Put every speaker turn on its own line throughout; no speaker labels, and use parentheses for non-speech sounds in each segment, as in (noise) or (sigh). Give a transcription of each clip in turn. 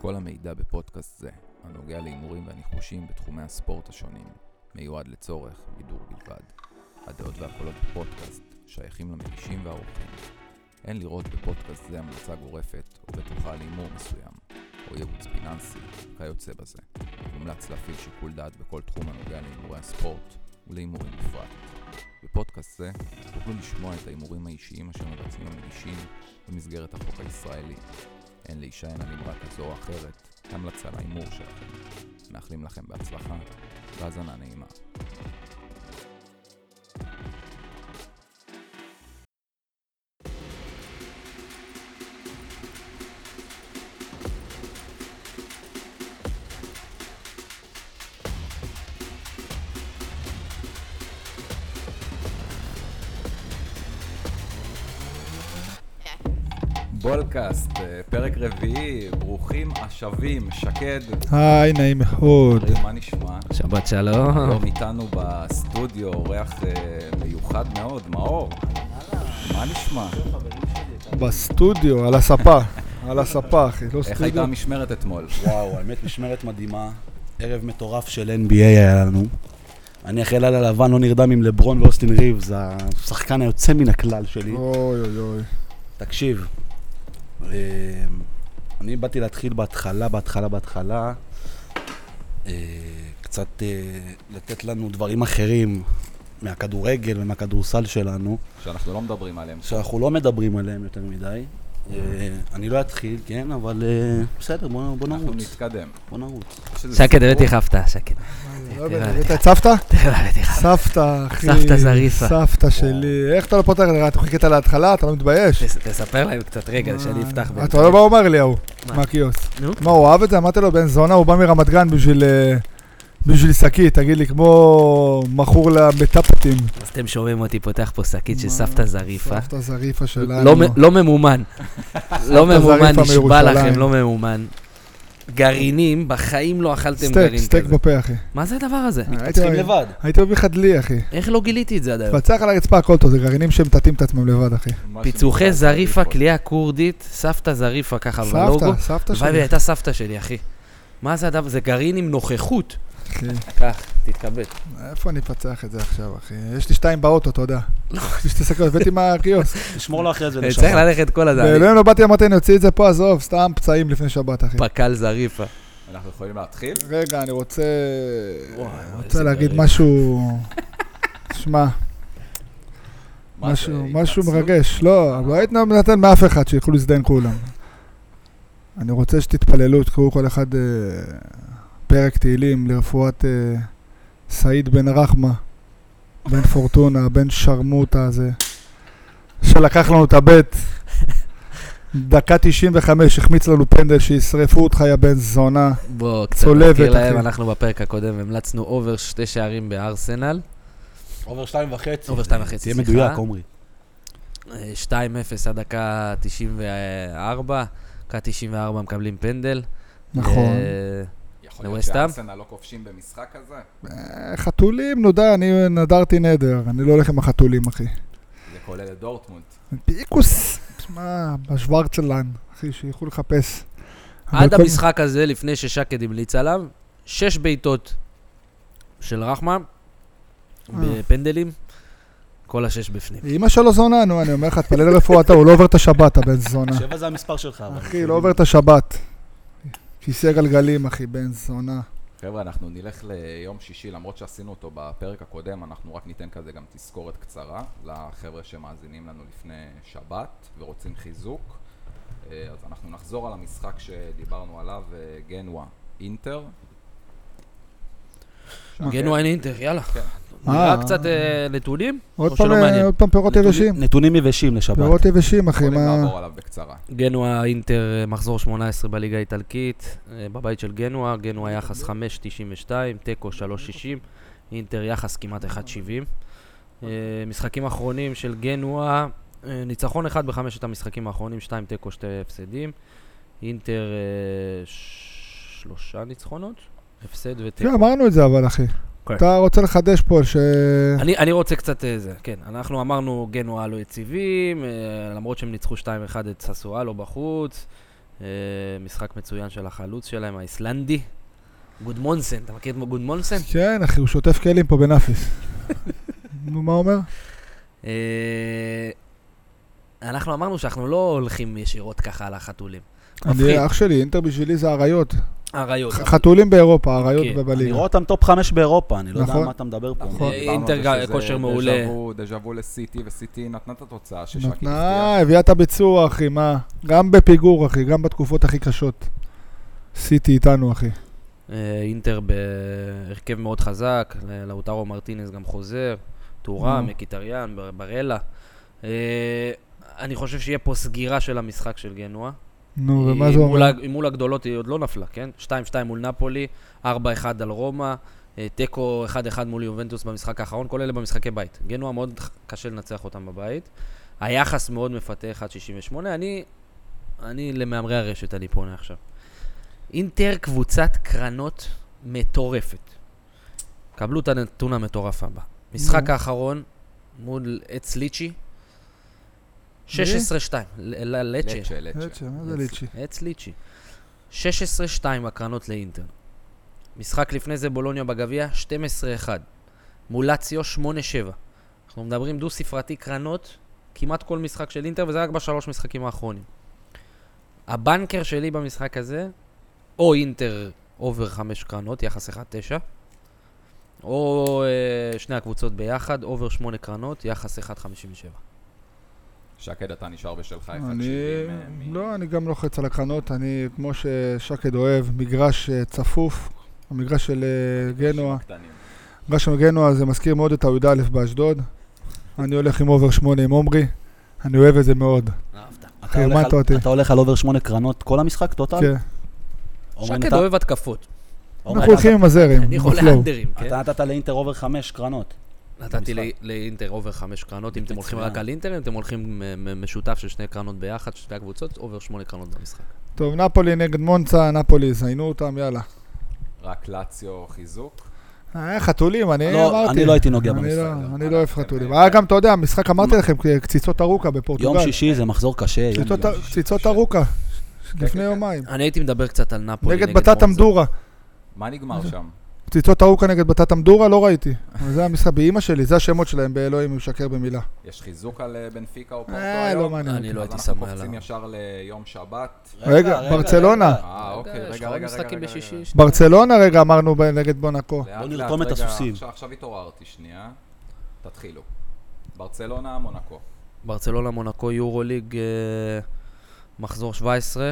כל המידע בפודקאסט זה, הנוגע להימורים והניחושים בתחומי הספורט השונים, מיועד לצורך בידור בלבד. הדעות והקולות בפודקאסט שייכים למגישים והעורכים. אין לראות בפודקאסט זה המלצה גורפת או בטוחה להימור מסוים, או ייעוץ פיננסי, כיוצא בזה. מומלץ להפעיל שיקול דעת בכל תחום הנוגע להימורי הספורט ולהימורים בפרט. בפודקאסט זה תוכלו לשמוע את ההימורים האישיים אשר מבצעים המגישים במסגרת החוק הישראלי. אין להישען על אמרה כזו או אחרת, המלצה להימור שלכם. מאחלים לכם בהצלחה והאזנה נעימה. בולקאסט, אה, פרק רביעי, ברוכים השבים, שקד,
היי, נעים מאוד.
חברים, מה נשמע?
שבת שלום.
היום איתנו בסטודיו אורח אה, מיוחד מאוד, מאור. מה נשמע?
בסטודיו, על הספה. על הספה, אחי. לא
איך
סטודיו.
הייתה המשמרת אתמול?
וואו, האמת, משמרת מדהימה. ערב מטורף של NBA היה לנו. אני אחרי לילה לבן לא נרדם עם לברון ואוסטין ריבס, השחקן היוצא מן הכלל שלי.
אוי אוי אוי.
תקשיב, אמ, אני באתי להתחיל בהתחלה, בהתחלה, בהתחלה, אה, קצת אה, לתת לנו דברים אחרים מהכדורגל ומהכדורסל שלנו,
שאנחנו לא מדברים עליהם.
שאנחנו לא מדברים עליהם יותר מדי. אה, אני לא אתחיל, כן, אבל אה, בסדר, בוא בוא
אנחנו
נרוץ.
נתקדם.
בוא נרוץ.
יש איזה
שקד,
סיפור?
הבאתי לך הפתעה, שקד.
לא הבאתי, הבאת את סבתא?
(laughs) הבאתי לך.
(laughs) סבתא, אחי.
אה, סבתא זריפה. אה.
סבתא שלי. איך אתה לא פותח את זה? אתה חיכית להתחלה? אתה לא מתבייש?
תס- תספר להם קצת רגע, שאני אפתח.
אה, אתה
בינתיים.
רואה מה הוא אומר לי, ההוא?
מה?
מהקיוסק.
נו.
מה, הוא אהב את זה? אמרתי לו, בן זונה, הוא בא מרמת גן בשביל... אה, בשביל שקית, תגיד לי, כמו מכור למטפטים.
אז אתם שומעים אותי פותח פה שקית של סבתא זריפה.
סבתא זריפה שלנו.
לא מ- לא ממומן. לא ממומן,
זריפה
נשבע
מירושלים.
לכם, לא ממומן. גרעינים, בחיים לא אכלתם
סטייק,
גרעין
סטייק
כזה.
בפה, אחי.
מה זה הדבר הזה?
הייתי-
צריכים לבד.
הייתי מביא לך דלי, אחי.
איך לא גיליתי את זה עד היום?
תפצח על הרצפה הכל טוב, זה גרעינים שמטאטאים את עצמם לבד, אחי.
מה
פיצוחי
שנקרא,
זריפה,
זריפות.
קליעה כורדית, סבתא זריפה ככה בלוגו.
סבתא, סבתא
הלוואי והיא
שלי.
הייתה סבתא שלי, אחי. מה זה הדבר? זה גרעין עם נוכחות.
אחי.
קח, תתכבד.
איפה אני אפצח את זה עכשיו, אחי? יש לי שתיים באוטו, אתה יודע. יש לי שקיות, הבאתי
(laughs)
מהקיוסק.
תשמור לו אחרי זה
אה, צריך ללכת כל הזמן.
ואלוהים לא באתי, אמרתי, אני אוציא את זה פה, עזוב, סתם פצעים לפני שבת, אחי.
פקל זריפה.
אנחנו יכולים להתחיל?
רגע, אני רוצה...
וואי,
רוצה
איזה
להגיד
גרעין.
משהו... שמע,
מה,
משהו
זה
משהו
אה, התנצלות?
מרגש. לא, אבל לא הייתי נותן מאף אחד, שילכו להזדיין כולם. אני רוצה שתתפללו, תקראו כל אחד אה, פרק תהילים לרפואת אה, סעיד בן רחמה, בן פורטונה, בן שרמוטה הזה, שלקח לנו את הבט. דקה 95, החמיץ לנו פנדל, שישרפו אותך, יא בן זונה.
בוא, קצת
צולבת,
נכיר להם,
אחי.
אנחנו בפרק הקודם המלצנו אובר שתי שערים בארסנל.
אובר שתיים וחצי.
אובר שתיים וחצי,
תהיה
סליחה.
מדויק, עומרי.
אה, 2-0 עד דקה 94. דקה 94 מקבלים פנדל.
נכון.
אה,
יכול להיות
לווסט-האם?
שארסנל לא כובשים במשחק הזה?
אה, חתולים, נו די, אני נדרתי נדר, אני לא הולך עם החתולים, אחי.
זה כולל את דורטמונד.
פיקוס, שמע, בשוורצלן, אחי, שילכו לחפש. אבל
עד
כל-
המשחק הזה, לפני ששקד המליץ עליו, שש בעיטות של רחמה
אה.
בפנדלים. כל השש בפנים.
אמא שלו זונה, נו, אני אומר לך, תפלל לרפואתה, הוא לא עובר את השבת, הבן זונה.
שבע זה המספר שלך. אבל.
אחי, לא עובר את השבת. כיסא גלגלים, אחי, בן זונה.
חבר'ה, אנחנו נלך ליום שישי, למרות שעשינו אותו בפרק הקודם, אנחנו רק ניתן כזה גם תזכורת קצרה לחבר'ה שמאזינים לנו לפני שבת ורוצים חיזוק. אה, אז אנחנו נחזור על המשחק שדיברנו עליו, אה, גנואה אינטר. שקד?
גנואין אינטר, יאללה.
כן.
נראה
אוקיי. אה.
קצת אה, נתונים.
עוד
או
פעם, אה,
שלא מעניין.
עוד פעם פירות
נתונים-
יבשים.
נתונים יבשים לשבת.
פירות יבשים, אחי,
יכולים
מה...
לעבור עליו בקצרה.
גנואה אינטר אה, מחזור 18 בליגה האיטלקית, אה, בבית של גנואה, גנואה יחס 5.92, תיקו 3.60, אינטר יחס כמעט 1.70. אה, משחקים אחרונים של גנואה, אה, ניצחון אחד בחמשת המשחקים האחרונים, 2 תיקו, 2 הפסדים. אינטר אה, ש- שלושה ניצחונות, הפסד
כן,
ותיקו.
אמרנו את זה, אבל, אחי.
כן.
אתה רוצה לחדש פה, ש...
אני, אני רוצה קצת אה, זה, כן. אנחנו אמרנו גנואה לא יציבים, אה, למרות שהם ניצחו 2-1 את ססואלו בחוץ, אה, משחק מצוין של החלוץ שלהם, האיסלנדי. גודמונסן, אתה מכיר את גודמונסן?
כן, אחי, הוא שוטף כלים פה
(laughs)
בנאפיס. נו, מה אומר?
אה, אנחנו אמרנו שאנחנו לא הולכים ישירות ככה על החתולים. מפחיד.
אני, אח שלי, אינטר בשבילי זה אריות.
אריות.
ח- חתולים באירופה, אריות
כן,
אני
בבליגה.
רואה אותם טופ חמש באירופה, אני לא יודע
נכון.
על מה אתה מדבר פה.
נכון.
אה,
דיברנו על
אינטר
זה
גם-
שזה
כושר
דז'ה
מעולה.
וו- דז'ה וו לסיטי, וסיטי נתנה את התוצאה ששקי הפתיע.
נתנה, הביאה את הביצוע, אחי, מה? גם בפיגור, אחי, גם בתקופות הכי קשות. סיטי איתנו, אחי.
אה, אינטר בהרכב מאוד חזק, ל- לאוטרו מרטינס גם חוזר, טורה,
נו.
מקיטריאן, בר- ברלה. אה, אני חושב שיהיה פה סגירה של המשחק של גנואה.
נו,
היא
ומה זה אומר?
מול ה- היא מול הגדולות היא עוד לא נפלה, כן? 2-2 מול נפולי, 4-1 על רומא, אה, תיקו 1-1 מול יובנטוס במשחק האחרון, כל אלה במשחקי בית. גנואה מאוד ח- קשה לנצח אותם בבית. היחס מאוד מפתה 1.68, אני, אני למהמרי הרשת אני פונה עכשיו. אינטר קבוצת קרנות מטורפת. קבלו את הנתון המטורף הבא. משחק
נו.
האחרון מול עץ ליצ'י, 16-2, ל- ל- לצ'ה.
לצ'ה, לצ'ה.
מה זה ליצ'י?
עץ ליצ'י. 16-2 הקרנות לאינטר. משחק לפני זה בולוניה בגביע, 12-1. מול לאציו, 8-7. אנחנו מדברים דו-ספרתי קרנות, כמעט כל משחק של אינטר, וזה רק בשלוש משחקים האחרונים. הבנקר שלי במשחק הזה, או אינטר אובר 5 קרנות, יחס 1-9, או אה, שני הקבוצות ביחד, אובר 8 קרנות, יחס 1-57.
שקד, אתה נשאר בשלך אחד
אני...
שבעים, אה, מ-
לא, אני גם לוחץ על הקרנות. אני, כמו ששקד אוהב, מגרש אה, צפוף. המגרש של אה, גנוע.
קטנים.
מגרש של גנוע זה מזכיר מאוד את הי"א באשדוד. אני הולך עם אובר שמונה עם עומרי. אני אוהב את זה מאוד.
אתה
אחי,
הולך
מה אתה
על-
אותי?
אתה הולך על אובר שמונה קרנות כל המשחק, טוטל?
כן.
אורן,
שקד
אתה-
אוהב התקפות,
אורן,
אנחנו הולכים עם הזרים.
אני חולה
בפלואו.
אנדרים, כן?
אתה נתת לאינטר אובר חמש קרנות.
נתתי
משחק.
לי- לאינטר אובר חמש קרנות, אם אתם הולכים
מצוין.
רק על אינטר, אם אתם הולכים אה, מ- משותף של שני קרנות ביחד, שתי הקבוצות, אובר שמונה קרנות במשחק.
טוב, נפולי נגד מונצה, נפולי, זיינו אותם, יאללה.
רק לאציו חיזוק.
אה, חתולים, אני
לא,
אמרתי.
אני לא הייתי נוגע
אני
במשחק.
לא-
לא.
אני לא אוהב
אתם-
חתולים. היה גם, אתה יודע, המשחק, אמרתי לכם, קציצות ארוכה
יום
בפורטוגל.
שישי זה מחזור קשה. יום-
קציצות-
יום שישי.
קציצות ארוכה, לפני
כן, כן.
יומיים.
אני הייתי מדבר קצת על נפולי
נגד בתת
מונזה.
אמדורה.
מה נגמר שם?
קציצות ארוכה נגד בתת אמדורה, לא ראיתי. אבל זה המשחק, באימא שלי, זה השמות שלהם, באלוהים, הוא משקר במילה.
יש חיזוק על אה, בנפיקה או פורטו
אה,
היום?
לא מעניין.
אני
אותי.
לא
אז
הייתי
אנחנו
שם על
קופצים
ה...
ישר ליום שבת.
רגע, ברצלונה.
רגע.
אה, אוקיי, רגע,
יש
רגע,
לך עוד
רגע.
משחקים
רגע,
בשישי,
רגע.
שנייה.
ברצלונה, ב- אמרנו ב- נגד בונאקו.
לאט,
בוא
לאט,
נרתום את
רגע,
הסוסים.
עכשיו- עכשיו התעוררתי שנייה. תתחילו. ברצלונה, מונקו.
ברצלונה, מונקו, יורו ליג, אה, מחזור 17.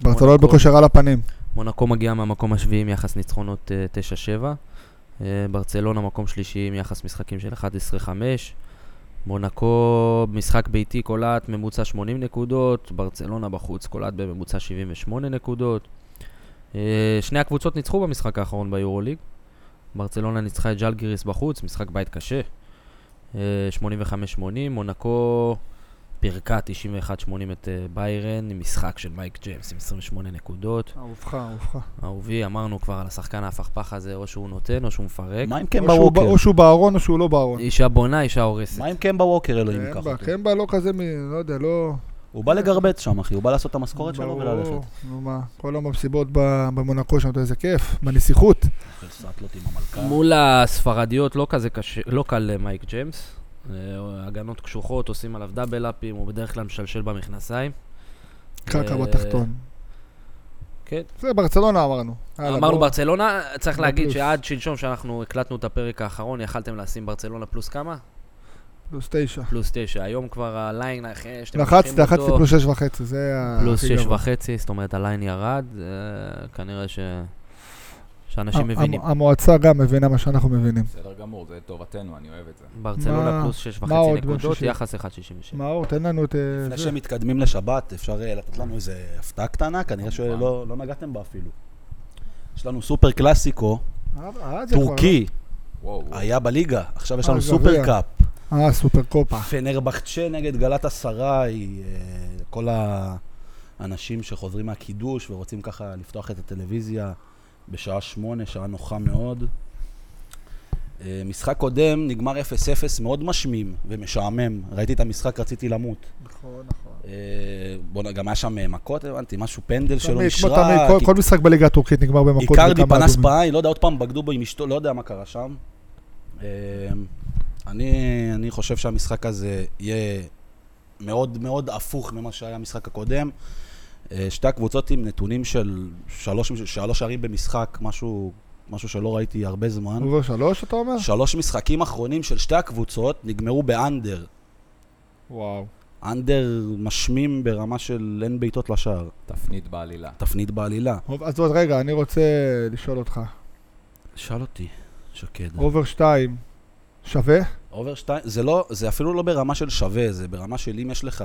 ברצלונה
מונקו.
בכושר על הפנים.
מונקו מגיעה מהמקום השביעי עם יחס ניצחונות אה, 9-7. אה, ברצלונה מקום שלישי עם יחס משחקים של 11-5. מונקו משחק ביתי קולעת ממוצע 80 נקודות, ברצלונה בחוץ קולעת בממוצע 78 נקודות. אה, שני הקבוצות ניצחו במשחק האחרון ביורוליג. ברצלונה ניצחה את ג'לגיריס בחוץ, משחק בית קשה. אה, 85-80, מונקו פירקה 91-80 את אה, ביירן, עם משחק של מייק ג'יימס עם 28 נקודות.
אהובך, אהובך.
אהובי, אמרנו כבר על השחקן ההפכפך הזה, או שהוא נותן או שהוא מפרק.
מה עם קמבה
או שהוא ב-
ווקר?
כן, או שהוא בארון או שהוא לא בארון.
אישה בונה, אישה הורסת.
מה עם קמבה ווקר, אלוהים
כן,
ייקח
בה,
אותו?
כן, בה לא כזה, מ- לא יודע, לא...
הוא בא לגרבץ שם, אחי, הוא בא לעשות את המשכורת שלו
ברור.
וללכת.
נו מה, כל יום במסיבות ב- במונקו שם, אתה יודע, איזה כיף, בנסיכות.
אוכל סטלות עם המלכה.
מול הספרדיות לא כזה קשה, לא קל למייק ג'יימס. אה, הגנות קשוחות, עושים עליו דאבל אפים, הוא בדרך כלל משלשל במכנסיים.
קרקע
אה,
בתחתון.
כן.
זה ברצלונה אמרנו. יאללה,
אמרנו
בוא.
ברצלונה, צריך
לא
להגיד
פלוס.
שעד שלשום שאנחנו הקלטנו את הפרק האחרון, יכלתם לשים ברצלונה פלוס כמה?
פלוס תשע.
פלוס תשע. היום כבר הליין, אה, אחרי שאתם לוקחים
לחצתי, לחצתי
אותו,
פלוס שש וחצי, זה ה...
פלוס
הכי
שש
גבוה.
וחצי, זאת אומרת הליין ירד, אה, כנראה ש... שאנשים
המ-
מבינים.
המ- המועצה גם מבינה מה שאנחנו מבינים.
בסדר גמור, זה לטובתנו, אני אוהב את זה.
ברצלונה
מה-
פלוס שש
מה
וחצי
עוד
נקודות,
בשישי?
יחס 1.67.
מאור, תן לנו את... אה,
לפני
זה.
שמתקדמים לשבת, אפשר אה, לתת לנו איזה הפתעה קטנה, כנראה שלא לא נגעתם בה אפילו. יש לנו סופר קלאסיקו,
אה, אה, זה יכול,
טורקי,
וואו, וואו.
היה בליגה, עכשיו יש לנו
אה,
סופר
גביע.
קאפ.
לא? אה, סופר קופה.
פנרבחצ'ה נגד גלת אסריי, אה, כל האנשים שחוזרים מהקידוש ורוצים ככה לפתוח את הטלוויזיה בשעה שמונה, שעה נוחה מאוד. אה, משחק קודם נגמר 0-0, מאוד משמים ומשעמם. ראיתי את המשחק, רציתי למות.
נכון, נכון.
אה, בוא, נ- גם היה שם אה, מכות, הבנתי, משהו פנדל שלא
תמיד, כמו
נשרה.
תמיד, כל-
כי-
כל משחק בליגה הטורקית נגמר במכות.
איקרדי
וכמה
פנס
אדומים.
בעין, לא יודע, עוד פעם בגדו בו עם אשתו, לא יודע מה קרה שם. אה, אני, אני חושב שהמשחק הזה יהיה מאוד מאוד הפוך ממה שהיה המשחק הקודם. אה, שתי הקבוצות עם נתונים של שלוש, שלוש שערים במשחק, משהו, משהו שלא ראיתי הרבה זמן.
אובר שלוש, אתה אומר?
שלוש משחקים אחרונים של שתי הקבוצות נגמרו באנדר.
וואו.
אנדר משמים ברמה של אין בעיטות לשער.
תפנית בעלילה.
תפנית בעלילה.
טוב, אז עוד רגע, אני רוצה לשאול אותך.
שאל אותי, שקד.
אובר שתיים, שווה?
אובר אוקיי. שתיים, זה לא, זה אפילו לא ברמה של שווה, זה ברמה של אם יש לך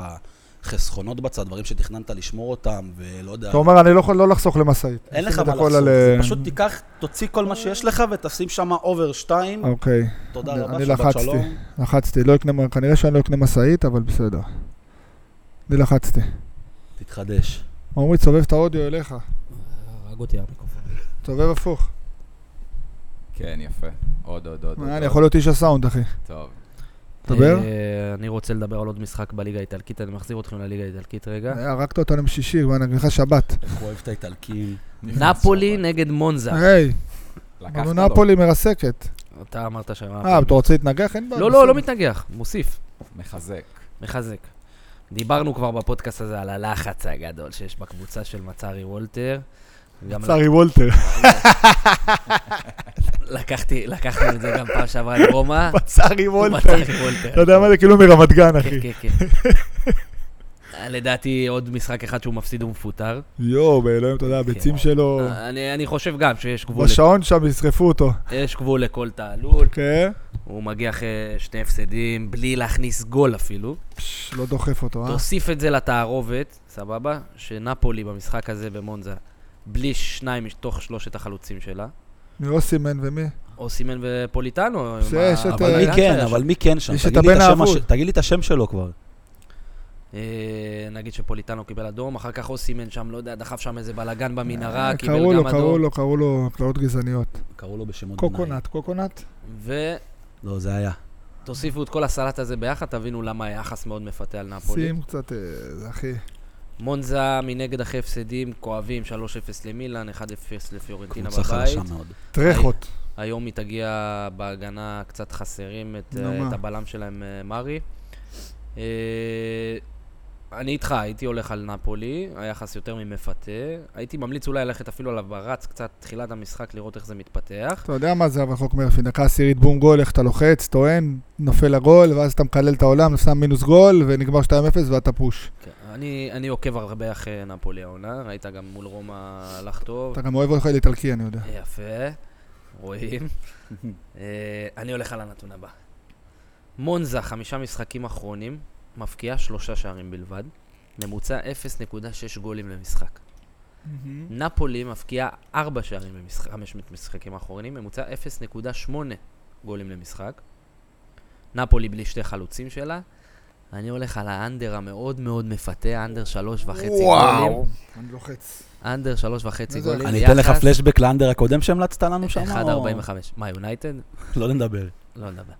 חסכונות בצד, דברים שתכננת לשמור אותם, ולא יודע.
אתה אומר, אני לא יכול לא לחסוך למשאית.
אין לך
שים את
מה
הכל
לעשות,
על,
זה
אה,
פשוט תיקח, תוציא כל מה שיש לך ותשים שם אובר שתיים,
אוקיי,
תודה
אני-
רבה,
אני
שבת
לחצתי.
שלום.
לחצתי, לא אקנה, כנראה שאני לא אקנה משאית, אבל בסדר. אני לחצתי.
תתחדש.
עמרי, תסובב את האודיו אליך.
הרג אותי המיקרופון.
תסובב הפוך.
כן, יפה. עוד, עוד, עוד.
מה,
עוד,
אה, אני
עוד.
יכול להיות איש הסאונד, אחי.
טוב.
דבר.
אה, אני רוצה לדבר על עוד משחק בליגה האיטלקית, אני מחזיר אתכם לליגה האיטלקית רגע.
אה, הרגת אותנו בשישי, כבר נגיד לך שבת.
איך הוא אוהב את האיטלקים.
אה,
אה,
נפולי נגד מונזה.
היי,
לקחת
אמרנו
לו.
נפולי מרסקת.
אתה אמרת שהיה...
אה, אתה רוצה להתנגח? אין בעיה.
לא,
בסדר.
לא, לא מתנגח, מוסיף,
מחזק.
מחזק. דיברנו כבר בפודקאסט הזה על הלחץ הגדול שיש בקבוצה של מצארי וולטר. גם
צארי וולטר.
לקחתי, לקחנו את זה גם פעם שעברה לרומא.
(laughs) צארי וולטר.
מצארי וולטר.
אתה יודע מה זה כאילו מרמת גן,
לא כן,
אחי.
כן, כן.
(laughs)
אה, לדעתי עוד משחק אחד שהוא מפסיד ומפוטר.
יואו, באלוהים, אתה יודע, הביצים
כן.
שלו.
אה, אני אני חושב גם שיש גבול
בשעון שם ישרפו אותו.
יש גבול לכל תעלול.
כן?
הוא מגיע אחרי שני הפסדים, בלי להכניס גול אפילו.
פש, לא דוחף אותו, אה?
תוסיף את זה לתערובת, סבבה? שנפולי במשחק הזה במונזה, בלי שניים מתוך שלושת החלוצים שלה.
מאוסימן ומי?
או סימן ופוליטנו.
זה,
עם ה-
יש את,
אבל
אה,
מי
הבלגן
כן,
שהיה
אבל
שם.
מי כן שם?
יש את
תגיד לי
הבן
השם
האבוד.
הש- תגיד לי את השם שלו כבר.
אה, נגיד שפוליטנו קיבל אדום, אחר כך או סימן שם, לא יודע, דחף שם איזה בלאגן במנהרה,
אה,
קיבל
קראו לו,
גם
קראו
אדום.
לו, קראו לו קללות גזעניות.
קראו לו בשמות ביניים.
קוקונט, קוקונט?
לא, זה היה.
ותוסיפו את כל הסלט הזה ביחד, תבינו למה היחס מאוד מפתה על נפולי.
שים קצת, אה, זה, אחי.
מונזה מנגד אחרי הפסדים כואבים, 3-0 למילאן, 1-0 לפיורנטינה
קבוצה
בבית.
חלשה מאוד.
טרחות.
היום היא תגיע בהגנה קצת חסרים את,
נו,
אה,
מה?
את הבלם שלהם, אה, מרי. אה, אני איתך, הייתי הולך על נפולי, היחס יותר ממפתה. הייתי ממליץ אולי ללכת אפילו על הברץ קצת, תחילת המשחק, לראות איך זה מתפתח.
אתה יודע מה זה אבל חוק מרפי, דקה עשירית בום גול, איך אתה לוחץ, טוען, נופל לגול, ואז אתה מקלל את העולם, שם מינוס גול, ונגמר 2-0 ואתה פוש.
כן, אני, אני עוקב הרבה אחרי נפולי העונה, ראית גם מול רומא הלך טוב.
אתה גם אוהב אוכל איטלקי, אני יודע.
יפה, רואים. אה, אני הולך על הנתון הבא. מונזה, חמישה משחקים אחרונים, מבקיעה שלושה שערים בלבד. ממוצע 0.6 גולים למשחק. נפולי מבקיעה 4 שערים במשחק, 5 משחקים האחרונים, ממוצע 0.8 גולים למשחק. נפולי בלי שתי חלוצים שלה. אני הולך על האנדר המאוד מאוד מפתה, אנדר שלוש וחצי גולים.
אני לוחץ.
אנדר שלוש וחצי
איזה-
גולים.
אני אתן לך
ביחס
פלשבק לאנדר הקודם שהמלצת לנו שם? או-
1.45. מה, יונייטד?
לא נדבר.
לא נדבר.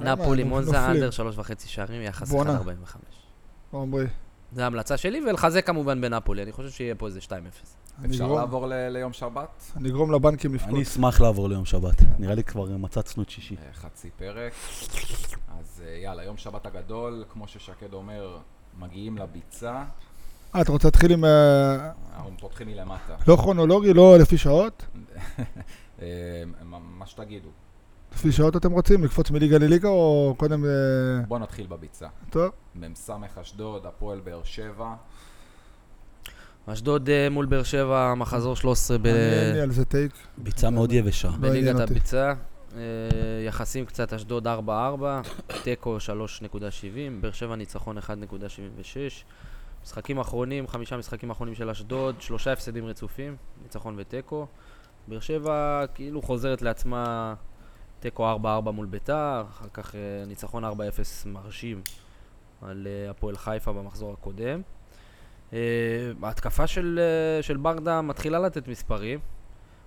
למה?
נפולי,
הם
מונזה,
נופלים.
אנדר, שלוש וחצי שערים, יחס 1.45.
בואנה. עמרי,
זו ההמלצה שלי, ולחזק כמובן בנפולי, אני חושב שיהיה פה איזה 2-0.
אני לא-
אפשר
אגרום-
לעבור ל- ליום שבת?
אני אגרום לבנקים
אני
לפקוד.
אשמח לעבור ליום שבת. נראה לי כבר מצצנו את שישי.
אה, חצי פרק. אז אה, יאללה, יום שבת הגדול, כמו ששקד אומר, מגיעים לביצה.
אה, אתה רוצה להתחיל עם... אה,
אנחנו פותחים מלמטה.
לא כרונולוגי, לא לפי שעות?
אה, מה- מה שתגידו.
לפי שעות אתם רוצים? לקפוץ מליגה לליגה או קודם... אה,
בואו נתחיל בביצה.
טוב.
מ"ס אשדוד, הפועל באר שבע.
אשדוד אה, מול באר שבע, מחזור 13 ב-
אני- אין לי על זה טייק.
ביצה מאוד יבשה.
לא עניין
בליגת
אותי.
הביצה. אה, יחסים קצת אשדוד 4-4, תיקו 3.70, באר שבע ניצחון 1.76. משחקים אחרונים, חמישה משחקים אחרונים של אשדוד, שלושה הפסדים רצופים, ניצחון ותיקו. באר שבע כאילו חוזרת לעצמה תיקו 4-4 מול ביתר, אחר כך אה, ניצחון 4-0 מרשים על אה, הפועל חיפה במחזור הקודם. אה, ההתקפה של, אה, של ברדה מתחילה לתת מספרים.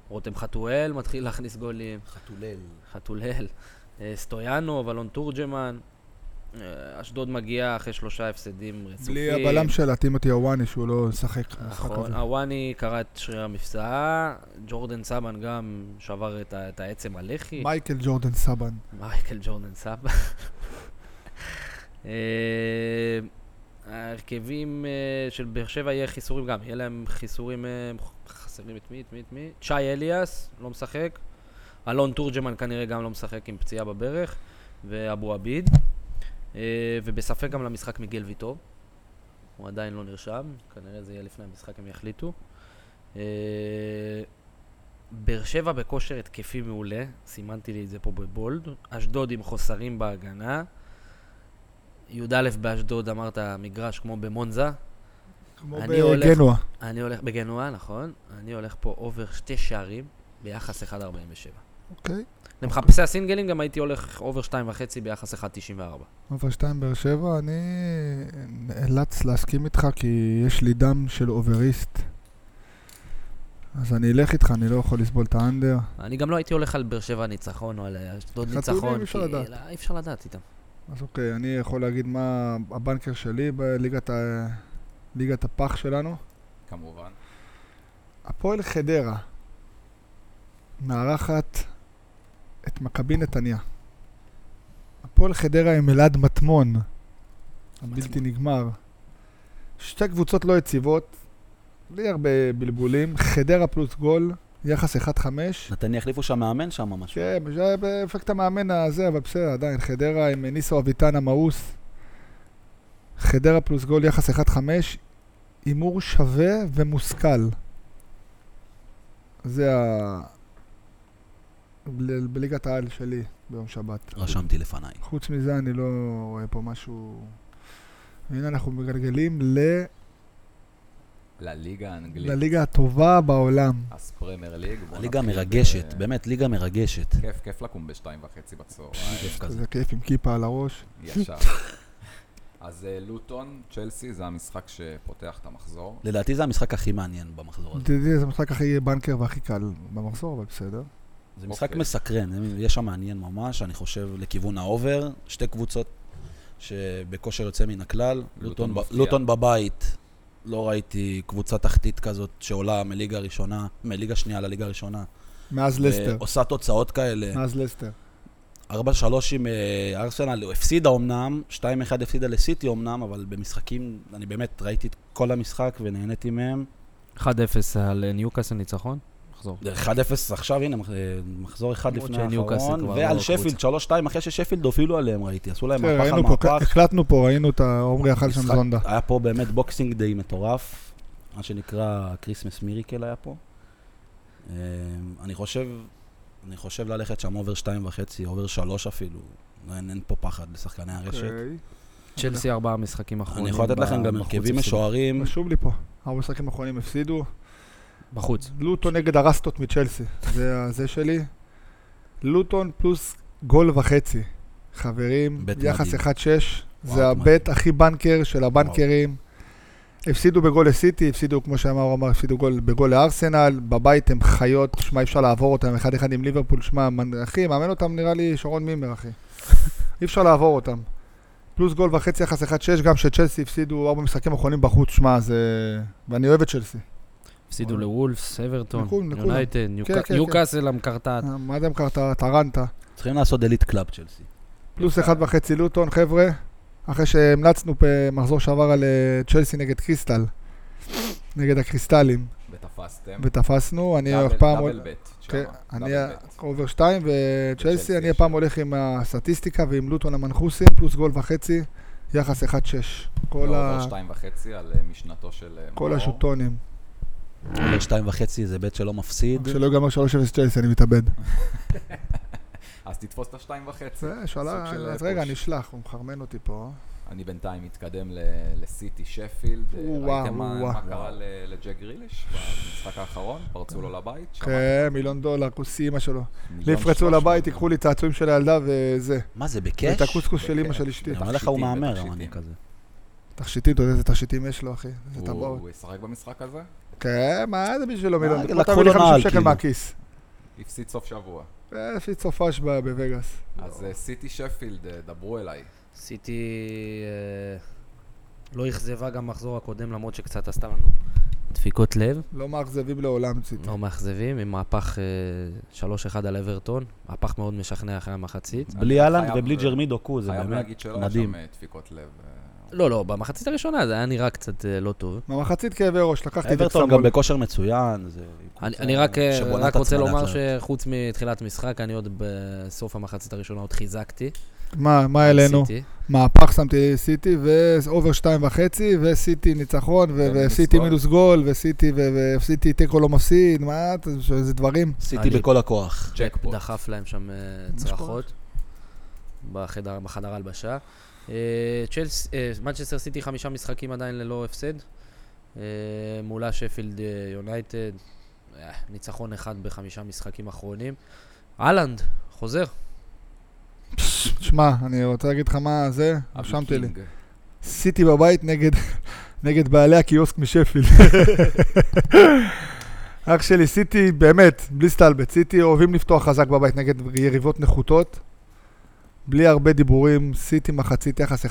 רותם חתואל מתחיל להכניס גולים,
חתולל.
חתולל, אה, סטויאנוב, אלון תורג'מן. אה, אשדוד מגיעה אחרי שלושה הפסדים רצופים.
בלי הבלם שלה, טימותי הוואני, שהוא לא שחק. במשחק
נכון,
הזה.
הוואני קרע את שריר המפסעה, ג'ורדן סבן גם שבר את ה- את העצם הלחי.
מייקל ג'ורדן סבן.
מייקל ג'ורדן סבא. אה, ההרכבים אה, של באר שבע יהיה חיסורים גם, יהיה להם חיסורים, אה, חסרים את מי, את מי, את מי? צ'י אליאס, לא משחק. אלון תורג'מן כנראה גם לא משחק עם פציעה בברך, ואבו עביד. אה, ובספק גם למשחק מיגל ויטור. הוא עדיין לא נרשם, כנראה זה יהיה לפני המשחק, הם יחליטו. אה, באר שבע בכושר התקפי מעולה, סימנתי לי את זה פה בבולד. אשדוד עם חוסרים בהגנה. י"א באשדוד אמרת מגרש כמו במונזה.
כמו
אני הולך-
בגנוע.
אני הולך בגנואה, נכון? אני הולך פה אובר שתי שערים ביחס 1.47.
אוקיי.
למחפשי הסינגלים גם הייתי הולך אובר 2.5 ביחס 1.94.
אובר 2 באר שבע, אני נאלץ להסכים איתך כי יש לי דם של אובריסט. אז אני אלך איתך, אני לא יכול לסבול את האנדר.
אני גם לא הייתי הולך על באר שבע ניצחון או על אשדוד
חתולים
ניצחון.
אי אפשר
כי-
לדעת.
לא, אי אפשר לדעת איתם.
אז אוקיי, אני יכול להגיד מה הבנקר שלי בליגת ה... ליגת הפח שלנו.
כמובן.
הפועל חדרה מארחת את מכבי נתניה. הפועל חדרה עם אלעד מטמון, הבלתי נגמר. שתי קבוצות לא יציבות, בלי הרבה בלבולים, חדרה פלוס גול, יחס 1-5.
נתניה החליפו שם מאמן שם ממש.
כן, זה היה באפקט המאמן הזה, אבל בסדר, עדיין, חדרה עם ניסו אביטן המאוס. חדרה פלוס גול, יחס 1-5, הימור שווה ומושכל. זה ה... ב- בליגת העל שלי ביום שבת.
רשמתי לפניי.
חוץ מזה אני לא רואה פה משהו... והנה אנחנו מגלגלים ל...
לליגה האנגלית.
לליגה הטובה בעולם.
הספרמר ליג. בוא
הליגה
נתחיל
מרגשת,
ב-
באמת, ליגה מרגשת.
כיף, כיף לקום בשתיים וחצי
(laughs)
בצהריים,
כיף כזה.
זה כיף עם כיפה על הראש.
ישר. אז אה, לוטון, צ'לסי, זה המשחק שפותח את המחזור.
לדעתי זה המשחק הכי מעניין במחזור הזה.
תדעי, זה המשחק הכי בנקר והכי קל במחזור, אבל בסדר.
זה משחק
אוקיי.
מסקרן, יש שם מעניין ממש, אני חושב, לכיוון האובר. שתי קבוצות שבכושר יוצא מן הכלל.
לוטון
לוטון ב-
מפתיע.
לוטון בבית, לא ראיתי קבוצה תחתית כזאת שעולה מליגה ראשונה, מליגה שנייה לליגה הראשונה.
מאז לסטר.
עושה תוצאות
אה,
כאלה.
מאז לסטר.
4-3 עם אה, ארסנל, הוא הפסידה אמנם, 2-1 הפסידה לסיטי אמנם, אבל במשחקים, אני באמת ראיתי את כל המשחק ונהניתי מהם.
1-0 על אה, ניוקאסל ניצחון? מחזור.
1-0 עכשיו, הנה, מח- אה, מחזור אחד
למרות
לפני
שניוקאסל
האחרון,
כבר
ועל
לא
שפילד 3-2, אחרי ששפילד הובילו עליהם, ראיתי, עשו להם
כן,
מהפך על
ראינו פה,
מהפך.
הקלטנו פה, ראינו את ה- עומרי אכל שם
משחק-
זונדה.
היה פה באמת בוקסינג דיי מטורף, מה שנקרא כריסמס מיריקל היה פה. אה, אני חושב, אני חושב ללכת שם אובר 2.5, אובר 3 אפילו, אין אין פה פחד לשחקני
אוקיי. כן.
הרשת.
צ'לסי ארבעה משחקים אחרונים.
אני יכול לתת לכם
נכון, ב-
גם
בחוץ
הרכבים
הפסידו.
משוערים.
רשום לי פה, ארבע משחקים האחרונים הפסידו.
בחוץ.
לוטון נגד הרסטות מצ'לסי, זה ה- זה שלי. לוטון פלוס גול וחצי. חברים,
בית
יחס
מדהים.
1-6,
וואו,
זה הבית
מדהים.
הכי בנקר של הבנקרים. הפסידו בגול לסיטי, הפסידו, כמו שאמר, אמר, הפסידו גול, בגול לארסנל, בבית הם חיות, שמע, אי אפשר לעבור אותם, אחד אחד עם ליברפול, שמע, מנ- אחי, מאמן אותם נראה לי שרון מימר,
(laughs)
אחי. אי אפשר לעבור אותם. פלוס גול וחצי, יחס 1-6, גם שצ'לסי הפסידו ארבע משחקים אחרונים בחוץ, שמע, זה... ואני אוהב את צ'לסי.
הפסידו
אוי.
לוולפס, אברטון,
לכולם, לכולם.
יונייטד,
כן,
ניוקא-
כן.
ניוקאסל המקרטעת.
אה,
מה אתם קראת? טרנטה.
צריכים לעשות דליט קלאב צ'לסי.
פלוס אחד וחצי לוטון, חבר'ה. אחרי שהמלצנו במחזור שעבר על אה, צ'לסי נגד קריסטל. נגד הקריסטלים.
ותפסתם.
ותפסנו, אני
כן. דאבל-
הפעם...
דאבל
הול-
בית.
כן,
שמה,
אני
דאבל בית.
אובר שתיים וצ'לסי,
וצ'לסי
אני
יש.
הפעם הולך עם הסטטיסטיקה ועם לוטון המנחוסים, פלוס גול וחצי, יחס 1-6. כל ה-
ועובר לא, שתיים וחצי על אה, משנתו של אה,
כל
מאור.
השוטונים.
אובר 2.5 זה בית אה. שלא מפסיד.
שלא ייגמר 3-0 צ'לסי, אני מתאבד.
אז תתפוס את השתיים וחצי.
זה, שאלה-
סוג של אה,
אז
פוש.
רגע, אני אשלח, הוא מחרמן אותי פה.
אני בינתיים מתקדם ל- לסיטי שפילד. אה,
כן. וואו,
ראיתם מה
וואו.
מה קרה ל- לג'ק גריליש במשחק האחרון? פרצו לו לבית? שמעתם?
כן, מיליון דולר, כוסי אימא שלו. לי
מיליון
יפרצו
שלוש
לבית,
מאות.
ייקחו לי צעצועים של הילדה וזה.
מה זה,
את
בקאש?
הקוסקוס של אימא
בקש.
של אשתי.
אני אומר לך, הוא
תכשיטים,
מהמר,
בתכשיטים.
אמרתי כזה.
תכשיטים, אתה יודע איזה תכשיטים יש לו, אחי? איזה
הוא
טבעות.
הוא ישחק במשחק הזה?
כן, מה זה בשבילו מיליון?
לקחו
אתה
לו נעל,
שקל
כאילו.
מהכיס.
הפסיד סוף שבוע.
אה, יש לי צופש ב- בווגאס.
אז אה, סיטי שפילד, אה, דברו אליי.
סיטי אה, לא אכזבה גם מחזור הקודם, למרות שקצת עשתה לנו דפיקות לב.
לא מאכזבים לעולם ציטי.
לא מאכזבים, עם מהפך אה, 3-1 על אברטון. מהפך מאוד משכנע אחרי המחצית.
בלי אהלנד
חייב-
ובלי ג'רמי דוקו, זה
חייב
באמת
להגיד שלא היה
מדהים.
שם אה, דפיקות לב. אה,
לא, לא, במחצית הראשונה זה היה נראה קצת אה, לא טוב.
במחצית כאבי ראש, לקחתי את
אברטון
אקסמול.
גם בכושר מצוין. זה
אני,
קבוצה
אני רק, אה,
שבונה
רק
את
רוצה
עצמה
לומר
לאט לאט.
שחוץ מתחילת משחק, אני עוד בסוף המחצית הראשונה עוד חיזקתי.
מה, מה אלינו?
סיטי.
מהפך שמתי סיטי ואובר שתיים וחצי וסיטי ניצחון ו-
כן,
ומינוס
וסיטי
גול.
מינוס גול וסיטי ו- וסיטי תיקו לא מפסיד, מה, אתה- איזה דברים.
סיטי
אני-
בכל הכוח.
ג'קפוט.
דחף להם שם אה, צרחות בחדר, בחדר הלבשה. אה, צ'לס- אה, מנצ'סטר סיטי חמישה משחקים עדיין ללא הפסד. אה, מולה שפילד אה, יונייטד, אה, ניצחון אחד בחמישה משחקים אחרונים. אהלנד, חוזר.
שמע, אני רוצה להגיד לך מה זה,
נכון.
רשמתי לי.
הוויקינג.
סיטי בבית נגד, (laughs) נגד בעלי הקיוסק משפילד. אח שלי, סיטי, באמת, בלי סטלבט, סיטי אוהבים לפתוח חזק בבית נגד יריבות נחותות. בלי הרבה דיבורים, סיטי מחצית יחס 1-4.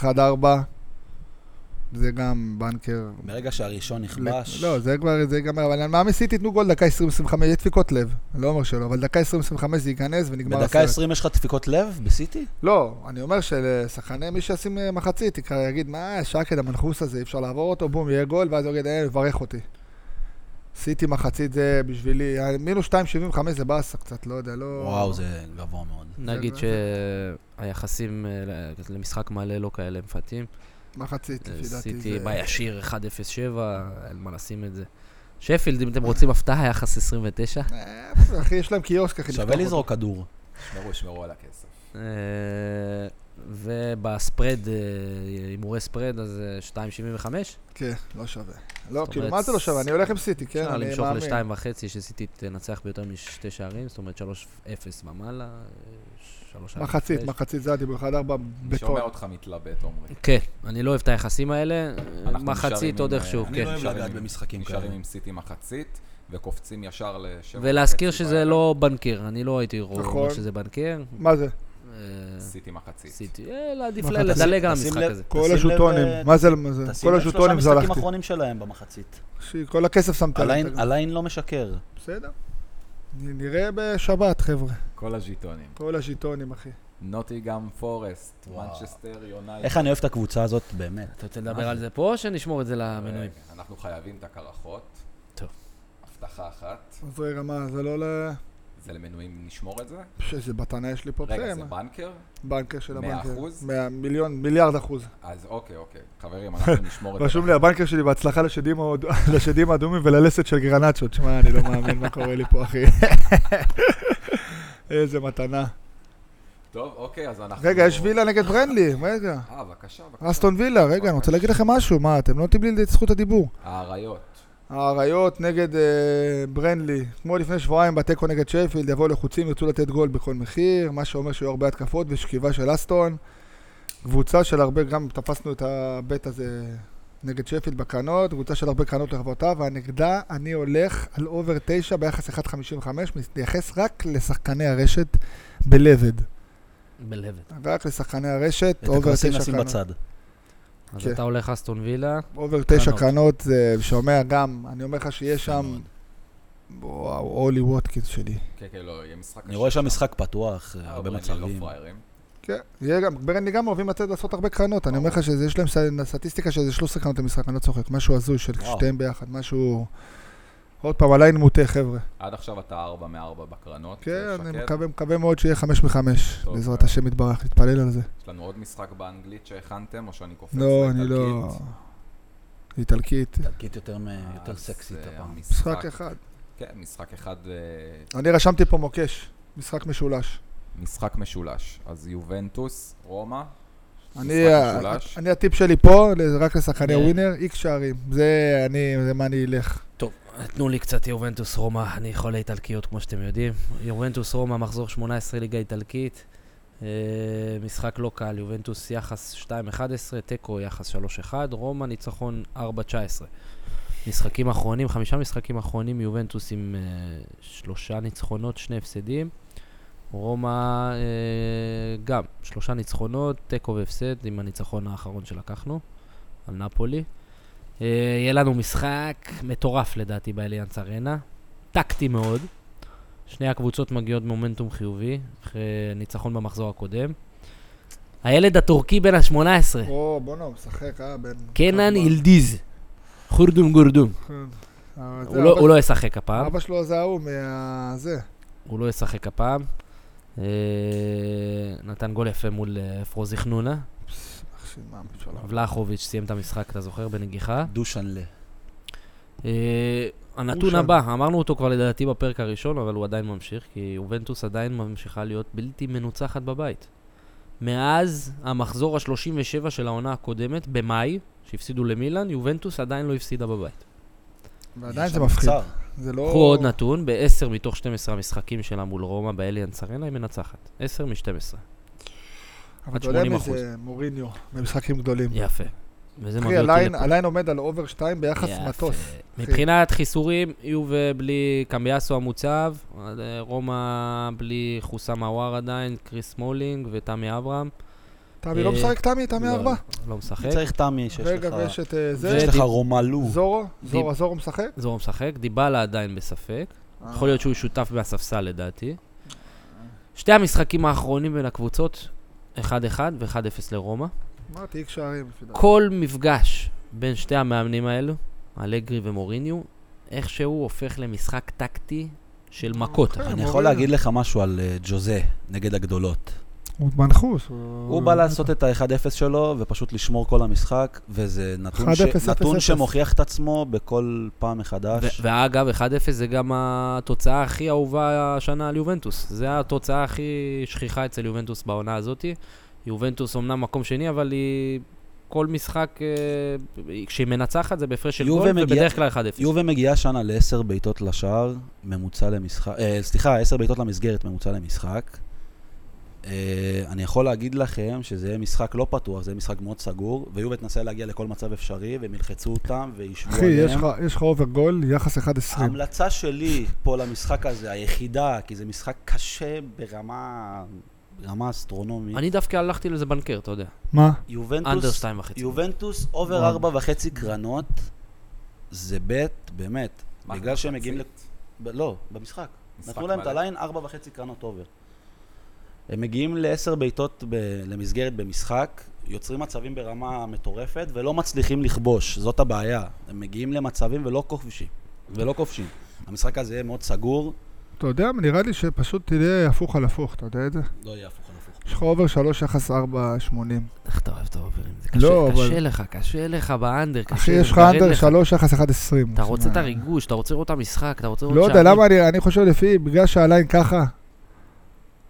זה גם בנקר.
ברגע שהראשון נכבש,
לא, זה כבר, זה ייגמר, אבל אני מאמין סיטי ייתנו גול דקה 20-25, יש דפיקות לב, אני לא אומר שלא, אבל דקה 20-25 זה ייכנס ונגמר
בדקה 20 יש לך דפיקות לב בסיטי?
לא, אני אומר שלשחקני, מי שישים אה, מחצית, יקרא, יגיד, מה, שקד המנחוס הזה, אי אפשר לעבור אותו, בום, יהיה גול, ואז הוא יגיד, אה, מברך אותי. סיטי מחצית זה בשבילי, אה, מינוס 2.75 זה באסה קצת, לא יודע, לא...
וואו, זה גבוה מאוד.
נגיד
זה-
שהיחסים אה, ל- למשחק מלא לא כאלה מפתים.
מחצית,
אה,
לפי דעתי.
סיטי
זה-
בישיר 1-0-7, אין מה לשים את זה. שפילד, אם אתם רוצים הפתעה, יחס 29.
אה, אחי, יש להם קיוסק, אחי.
שווה
לפתוח אותו.
לזרוק כדור.
שמרו, שמרו על הכסף.
אה, ובספרד, אה, הימורי ספרד, אז אה, 2.75?
כן, לא שווה. לא,
זאת
כאילו,
אומרת,
מה זה לא שווה? אני הולך עם סיטי, כן?
אפשר
אני
למשוך
מאמין.
לשתיים וחצי, שסיטי תנצח ביותר משתי שערים, זאת אומרת 3-0 ומעלה, אה, 3
מחצית, מחצית זה הדיבור, 1-4
אני
בטון.
שומע אותך מתלבט, עומרי.
כן, אני לא אוהב את היחסים האלה,
אנחנו נשארים
מחצית עוד
עם,
איכשהו,
אה,
אני
כן.
לא אוהב
נשארים
לגעת
עם-
במשחקים
נשארים
כאלה.
עם סיטי מחצית, וקופצים ישר לשבע.
ולהזכיר
וחצי
שזה
בערב.
לא בנקר, אני לא הייתי
נכון.
רואה שזה בנקר.
מה זה?
אה,
סיטי מחצית.
סיטי, אה, עדיף
מחצית.
לדלג על
תשים
המשחק
לב-
הזה.
כל
לב,
הז'וטונים,
אה,
מה זה? מה זה?
תשים
כל
לב, שלושה
הז'וטונים
משחקים
זלגתי.
אחרונים שלהם במחצית.
כל הכסף שמת עליהם.
הליין- הליין לא משקר.
בסדר. נ- נראה בשבת, חבר'ה.
כל הז'יטונים.
כל הז'יטונים, אחי.
נוטיגם פורסט,
וואו.
מנצ'סטר יונייטד.
איך אני אוהב את הקבוצה הזאת, באמת.
אתה רוצה לדבר על זה פה, או שנשמור את זה למנויים?
רגע, אה, אנחנו חייבים את הקרחות.
טוב.
הבטחה אחת.
אז רגע, מה, זה לא ל...
זה למנויים נשמור את זה?
פש, איזה בתנה יש לי פה.
רגע,
בסדר,
זה
אוקיי, מה?
בנקר?
בנקר של
מאה
הבנקר.
אחוז?
מאה מיליון, מיליארד אחוז.
אז אוקיי, אוקיי. חברים, אנחנו נשמור את זה.
רשום לי הבנקר שלי בהצלחה לשדים האוד- (laughs) לשדים האדומים וללסת של גרנצ'ות. שמע, אני לא מאמין מה קורה לי פה, אחי. (laughs) איזה מתנה.
טוב, אוקיי, אז אנחנו...
רגע, יש וילה נגד ברנלי, רגע.
אה, בבקשה, בבקשה.
אסטון וילה, רגע, אני רוצה להגיד לכם משהו, מה, אתם לא נותנים לי את זכות הדיבור.
האריות.
האריות נגד אה, ברנלי, כמו לפני שבועיים בתיקו נגד שפילד, יבואו לחוצים, ירצו לתת גול בכל מחיר, מה שאומר שיהיו הרבה התקפות ושכיבה של אסטון. קבוצה של הרבה, גם תפסנו את הבית הזה נגד שפילד בקרנות, קבוצה של הרבה קרנות לרבותה, והנגדה אני הולך על אובר 9 ביחס 1.55, מתייחס רק לשחקני הרשת בלבד.
אה, בלהבת.
רק לשחקני הרשת,
את
אובר
הכנסים
9
נשים
קרנות.
בצד.
אז
כן.
אתה הולך אסטון וילה,
אובר 9
קרנות.
קרנות, זה שומע גם, אני אומר לך שיהיה
יפה
שם,
מאוד.
וואו, אולי ווטקינס שלי.
כן, כן, לא, יהיה משחק
אני רואה שהמשחק פתוח, אה, הרבה מצבים.
לא פראיירים.
כן, יהיה גם, ברנלי גם אוהבים לתת לעשות הרבה קרנות, אני אומר לך שיש להם ס- סטטיסטיקה שזה 13 קרנות למשחק, אני לא צוחק, משהו הזוי של
וואו.
שתיהם ביחד, משהו... עוד פעם, עליי נמוטה, חבר'ה.
עד עכשיו אתה ארבע מארבע בקרנות.
כן, אני
שקד.
מקווה- מקווה מאוד שיהיה חמש מחמש,
טוב,
בעזרת
אה.
השם יתברך, נתפלל על זה.
יש לנו עוד משחק באנגלית שהכנתם, או שאני קופץ
לא, אני
לאיטלקית?
לא... איטלקית,
דלקית יותר מ- יותר
אז,
סקסית
אה,
הפעם.
המשחק-
משחק אחד.
כן, משחק אחד, אה,
אני רשמתי פה מוקש, משחק משולש.
משחק משולש. אז יובנטוס, רומא,
אני,
משחק
ה-
משולש.
אני הטיפ שלי פה, ל- רק לשחקני
כן.
ווינר, איקס שערים. זה אני, זה מה אני אלך.
טוב, תנו לי קצת יובנטוס רומא, אני חולה איטלקיות כמו שאתם יודעים. יובנטוס רומא, מחזור 18 ליגה איטלקית. אה, משחק לא קל, יובנטוס יחס 2-11, תיקו יחס 3-1, רומא ניצחון 4-19. משחקים אחרונים, חמישה משחקים אחרונים, יובנטוס עם אה, שלושה ניצחונות, שני הפסדים. רומא אה, גם, שלושה ניצחונות, תיקו והפסד עם הניצחון האחרון שלקחנו, על נפולי. אה, יהיה לנו משחק מטורף לדעתי באליאנס ארנה, טקטי מאוד. שני הקבוצות מגיעות מומנטום חיובי, אחרי ניצחון במחזור הקודם. הילד הטורקי בן ה-18,
או, בואנה, הוא משחק, אה, בן...
קנן
ארבע.
ילדיז, חורדום גורדום.
אה, זה
הוא לא-
אבא-
הוא לא ישחק הפעם.
אבא שלו זה ההוא מה... זה.
הוא לא ישחק הפעם. אה, נתן גול יפה מול אה, פרוזיך נונה.
אח שלי, מה, בשביל
אה,
ה-
ולחוביץ' סיים את המשחק, אתה זוכר, בנגיחה.
דושנלה.
אה, הנתון
אושר.
הבא, אמרנו אותו כבר לדעתי בפרק הראשון, אבל הוא עדיין ממשיך, כי יובנטוס עדיין ממשיכה להיות בלתי מנוצחת בבית. מאז המחזור ה-37 של העונה הקודמת, במאי, שהפסידו למילאן, יובנטוס עדיין לא הפסידה בבית.
ועדיין
יש
זה
שם
מפחיד.
מצב.
זה לא...
קחו עוד נתון, ב-10 מתוך 12 המשחקים שלה מול רומא באליאנס ארנה היא מנצחת. 10 מ-12.
אבל
עד
אתה יודע
80%.
מי זה מוריניו, במשחקים גדולים.
יפה. וזה
אחי,
מביא אותי
הליין
לפה.
הליין עומד על אובר 2 ביחס
יפה.
מטוס.
מבחינת חיסורים, יובה בלי קמביאסו המוצב, אה, רומא בלי חוסם עוואר עדיין, קריס מולינג ותמי אברהם.
תמי לא
אה,
משחק, תמי? תמי
לא,
ארבע?
לא משחק.
צריך תמי שיש
רגע,
לך...
ויש את אה, זה.
יש לך
דיב-
רומלו.
זורו? זורו, זורו משחק?
זורו לא משחק, דיבלה עדיין בספק.
אה.
יכול להיות שהוא שותף מהספסל לדעתי. שתי המשחקים האחרונים בין הקבוצות, 1-1 ו-1-0 לרומא.
אמרתי, איקס שערים. לפי דעתי.
כל מפגש בין שתי המאמנים האלו, אלגרי ומוריניו, איכשהו הופך למשחק טקטי של מכות.
אוקיי,
אני יכול
מוריניו.
להגיד לך משהו על אה, ג'וזה נגד הגדולות.
הוא מנחוס.
הוא בא לעשות את ה-1-0 שלו ופשוט לשמור כל המשחק, וזה נתון, ש...
1-0,
נתון
0-0.
שמוכיח את עצמו בכל פעם מחדש.
ו- ואגב, 1-0 זה גם התוצאה הכי אהובה השנה על יובנטוס. זו התוצאה הכי שכיחה אצל יובנטוס בעונה הזאת. יובנטוס אומנם מקום שני, אבל היא... כל משחק, אה, כשהיא מנצחת זה בהפרש של
יובה
גול,
מגיעה-
ובדרך כלל 1-0.
יובה מגיעה שנה לעשר בעיטות לשער, ממוצע למשחק, אה, סליחה, עשר בעיטות למסגרת, ממוצע למשחק. אה, אני יכול להגיד לכם שזה יהיה משחק לא פתוח, זה יהיה משחק מאוד סגור, ויובה תנסה להגיע לכל מצב אפשרי, והם ילחצו אותם וישבו
אחי,
עליהם.
יש
אה?
לך- יש לך אובר גול, יחס 1-20.
ההמלצה שלי פה למשחק הזה, היחידה, כי זה משחק קשה ברמה, ברמה אסטרונומית,
אני דווקא הלכתי לזה בנקר, אתה יודע.
מה?
אנדר
יובנטוס,
שתיים וחצי.
יובנטוס
וואו.
אובר ארבע וחצי קרנות, זה בית, באמת, בגלל שהם מגיעים ל... ב- לא, במשחק. נתנו להם את הליין ארבע וחצי קרנות אובר. הם מגיעים לעשר בעיטות ב- למסגרת במשחק, יוצרים מצבים ברמה מטורפת ולא מצליחים לכבוש, זאת הבעיה. הם מגיעים למצבים ולא כובשים. ולא כובשים. המשחק הזה יהיה מאוד סגור,
אתה יודע, מה, נראה לי שפשוט תהיה הפוך על הפוך, אתה יודע את זה?
לא יהיה הפוך על הפוך.
יש לך אובר 3 יחס 4-80.
איך אתה אוהב את האוברים? זה
לא,
קשה, קשה
אבל-
לך, קשה לך באנדר, קשה.
אחי,
זה
יש לך
מרד
אנדר 3 יחס 1-20.
אתה רוצה את הריגוש, אתה רוצה לראות את המשחק, אתה רוצה לראות
לא יודע, למה אני- אני חושב לפי, בגלל שהליין ככה,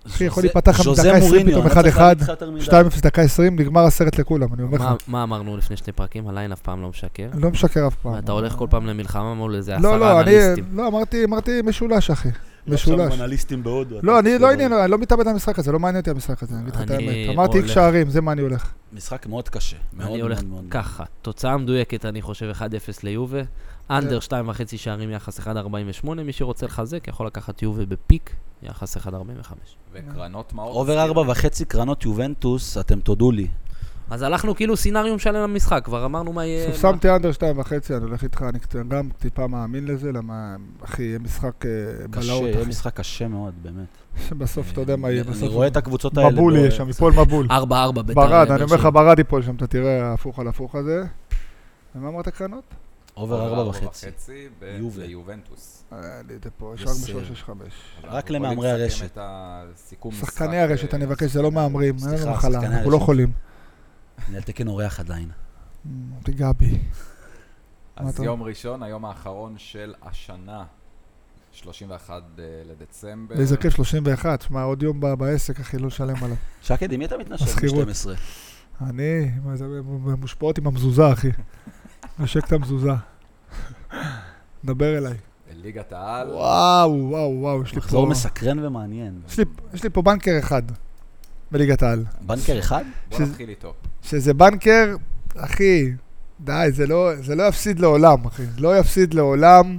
אחי, יכול להיפתח לך
ז'וזה
בדקה 20
מוריניו,
פתאום
אני לא צריך
1-1,
להגיד לך יותר מדי.
2-0 דקה 20, נגמר הסרט לכולם, אני אומר לך.
מה- מה אמרנו לפני שני פרקים? הליין אף פעם לא משקר.
אני לא משקר אף פעם.
ואתה הולך כל פעם למלחמה מול איזה
לא, לא,
עשרה
אני,
אנליסטים.
לא, אמרתי, אמרתי משולש, אחי.
לא עכשיו
משולש.
הם אנליסטים בהודו.
לא,
אתה
אני
מסתובב.
לא עניין, אני לא מתאבד על המשחק הזה, לא מעניין אותי המשחק הזה, אני אגיד לך את
אני
האמת. אמרתי איקס
הולך-
שערים, זה מה אני הולך.
משחק מאוד קשה. מאוד
אני
מאוד
הולך
מאוד.
ככה, תוצאה מדויקת, אני חושב 1-0 ליובה.
כן.
אנדר 2.5 שערים יחס 1.48, מי שרוצה לחזק יכול לקחת יובה בפיק, יחס 1.45.
וקרנות מה עוד?
אובר ארבע וחצי קרנות יובנטוס, אתם תודו לי.
אז הלכנו כאילו סינריום שלם למשחק, כבר אמרנו מה יהיה... מה-
שמתי אנדר שתיים וחצי, אני הולך איתך, אני קצת- גם טיפה מאמין לזה, למה, אחי, יהיה משחק אה,
קשה,
בלהות,
יהיה
אחי.
משחק קשה מאוד, באמת.
בסוף אתה יודע מה יהיה,
אני
בסוף
רואה את הקבוצות האלה. אה,
מבול
בוא,
יהיה שם, ייפול מבול.
4-4 בית"ר.
ברד,
באר
אני אומר לך,
שבע.
ברד ייפול שם, אתה תראה ההפוך על הפוך הזה. ומה אמרת קרנות?
אובר ארבע וחצי.
ב-
יובה.
ליובנטוס.
אה, לי זה פה, יש רק
בסדר.
ב-365.
אבל
רק
אנחנו יכולים
למהמרי
לסכם
הרשת.
את הסיכום משחק,
שחקני
אה,
הרשת, אני מבקש, זה לא מהמרים, אין לנו
סליחה,
מחלה,
שחקני
אנחנו לא
הרשת.
חולים.
אני על תקן אורח עדיין.
תיגע בי. מה
אז
אתה-
יום ראשון, היום האחרון של השנה, 31 אה, לדצמבר.
איזה כיף, 31, שמע, עוד יום ב- בעסק, אחי, לא לשלם עליו.
שקד, עם מי אתה מתנשק?
הזכירות.
ב-12.
אני, מה זה, הן מושפעות עם המזוזה, אחי. נשק את המזוזה. דבר אליי.
ליגת העל.
וואו, וואו, וואו, יש לי
מחזור
פה...
מסקרן ומעניין.
יש לי- יש לי פה בנקר אחד בליגת העל.
בנקר אחד?
בוא
שזה-
נתחיל איתו.
שזה בנקר, אחי, די, זה לא, זה לא יפסיד לעולם, אחי. זה לא יפסיד לעולם. אני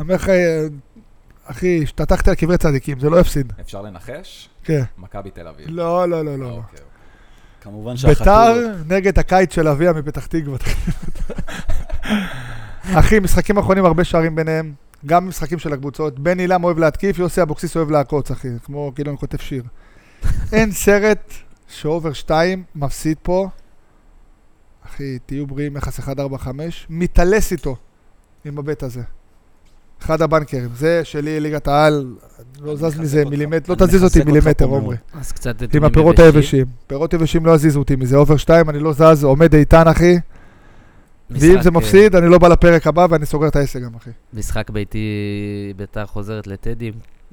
אומר לך, אה, אחי, השתטחת על קברי צדיקים, זה לא יפסיד.
אפשר לנחש?
כן.
מכבי תל אביב.
לא, לא, לא,
אה,
לא.
אוקיי, אוקיי.
כמובן שהחתול... לא-
ביתר נגד הקיץ של אביה מפתח תקווה. אחי, משחקים אחרונים, הרבה שערים ביניהם. גם משחקים של הקבוצות. בן עילם אוהב להתקיף, יוסי אבוקסיס אוהב לעקוץ, אחי. כמו כאילו אני כותב שיר. אין סרט שאובר 2 מפסיד פה. אחי, תהיו בריאים, מכס 145. מתעלס איתו עם הבט הזה. אחד הבנקרים. זה שלי, ליגת העל, לא
אני
זז
מחזק
מזה
אותך.
מילימטר, לא
אני
תזיז אותי
מחזק אותך
מילימטר,
פה מאוד.
עומרי.
אז קצת
עם
נתונים
הפירות היבשים. פירות יבשים לא יזיזו אותי מזה, אובר 2, אני לא זז, עומד איתן, אחי. ואם
משחק,
זה
אה,
מפסיד, אני לא בא לפרק הבא ואני סוגר את העסק גם, אחי.
משחק ביתי, ביתר חוזרת לטדי,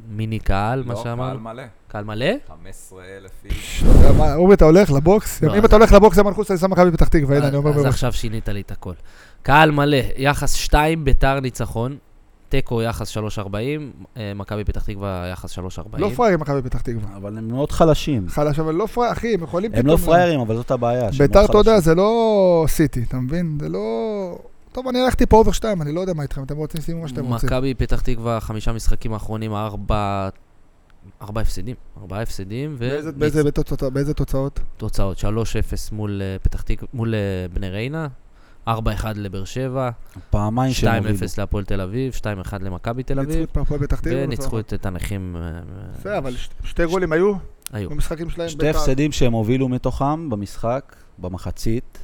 מיני קהל, מה
לא, קהל
שאמרנו.
מלא.
קהל מלא?
15,000 איש.
אתה יודע מה, אורי, אתה הולך לבוקס?
לא,
אם
אז-
אתה הולך לבוקס, זה מנחוס, אני שם מכבי פתח תקווה, הנה, אני אומר
אז
מראש.
עכשיו שינית לי את הכל. קהל מלא, יחס 2 ביתר ניצחון, תיקו יחס 3.40, אה, מכבי פתח תקווה יחס 3.40.
לא פראיירים מכבי פתח תקווה.
אבל הם מאוד חלשים.
חלש, אבל לא פראיירים, אחי, הם יכולים
הם לא פראיירים, אבל זאת הבעיה.
לא
שהם
ביתר,
מאוד
אתה יודע,
חלשים.
זה לא סיטי, אתה מבין? זה לא... טוב, אני הלכתי פה אובר 2, אני לא יודע מה איתכם, אתם רוצים, שימו מה שאתם רוצים.
מכבי פתח תקווה, חמישה משחקים האחרונים, ארבע... ארבע הפסדים, ארבעה הפסדים
באיזה- באיזה-
ותוצאות,
בתוצאות- באיזה תוצאות?
3-0 מול אה, פתח תקווה, מול אה, בני ריינה, 4-1 לבאר שבע, 2-0
פעמיים שהם הורידו.
להפועל תל אביב, 2-1 למכבי תל
ניצחו
אביב,
את נכון. הפועל פתח תקווה?
וניצחו את את הנכים, אה,
בסדר, אבל ש- שתי גולים היו
היו.
במשחקים שלהם.
שתי
כן, ביתר.
הפסדים שהם הובילו מתוכם במשחק, במחצית.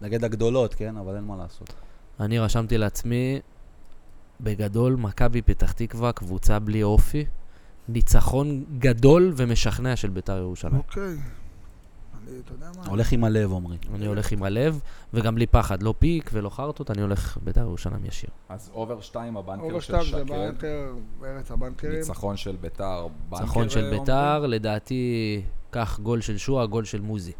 נגד הגדולות, כן? אבל אין מה לעשות.
אני רשמתי לעצמי, בגדול, מכבי פתח תקווה, קבוצה בלי אופי, ניצחון גדול ומשכנע של ביתר ירושלים.
אוקיי. אני, אתה יודע מה?
הולך עם הלב, אומרי.
אני הולך עם הלב, וגם בלי פחד, לא פיק ולא חרטוט, אני הולך ביתר ירושלים ישיר.
אז אובר 2 הבנקר של
אוברשטאם זה כן.
שקד.
בנקר, ארץ הבנקרים.
ניצחון של ביתר. בנקר,
ניצחון של
אה, אומרים?
ביתר, לדעתי, קח גול של שועה, גול של מוזי.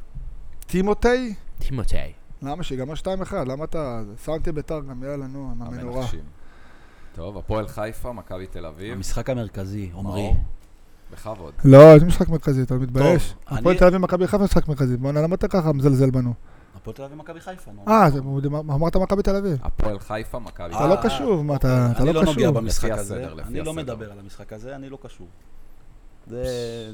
טימותי?
טימותי.
למה שיגמר 2-1? למה אתה... שמתי ביתר גם, יאללה, נו, המנורה.
המנחשים. טוב, הפועל חיפה, מכבי תל אביב.
המשחק המרכזי, עומרי.
מאור, בכבוד.
לא, זה משחק מרכזי, אתה מתבייש.
אני-
הפועל תל אביב מכבי חיפה משחק מרכזי. בוא'נה, למה אתה ככה מזלזל בנו?
הפועל תל אביב מכבי חיפה, נו.
אה, זה- אמרת מכבי תל אביב.
הפועל חיפה, מכבי
אתה
תל
אה. לא
אביב.
קשוב, מה אתה... אתה
אני
לא
לא נוגע
קשוב.
במשחק
לפי
הזה,
הסדר, לפי
אני לא
הסדר.
מדבר על המשחק הזה, אני לא קשור. זה,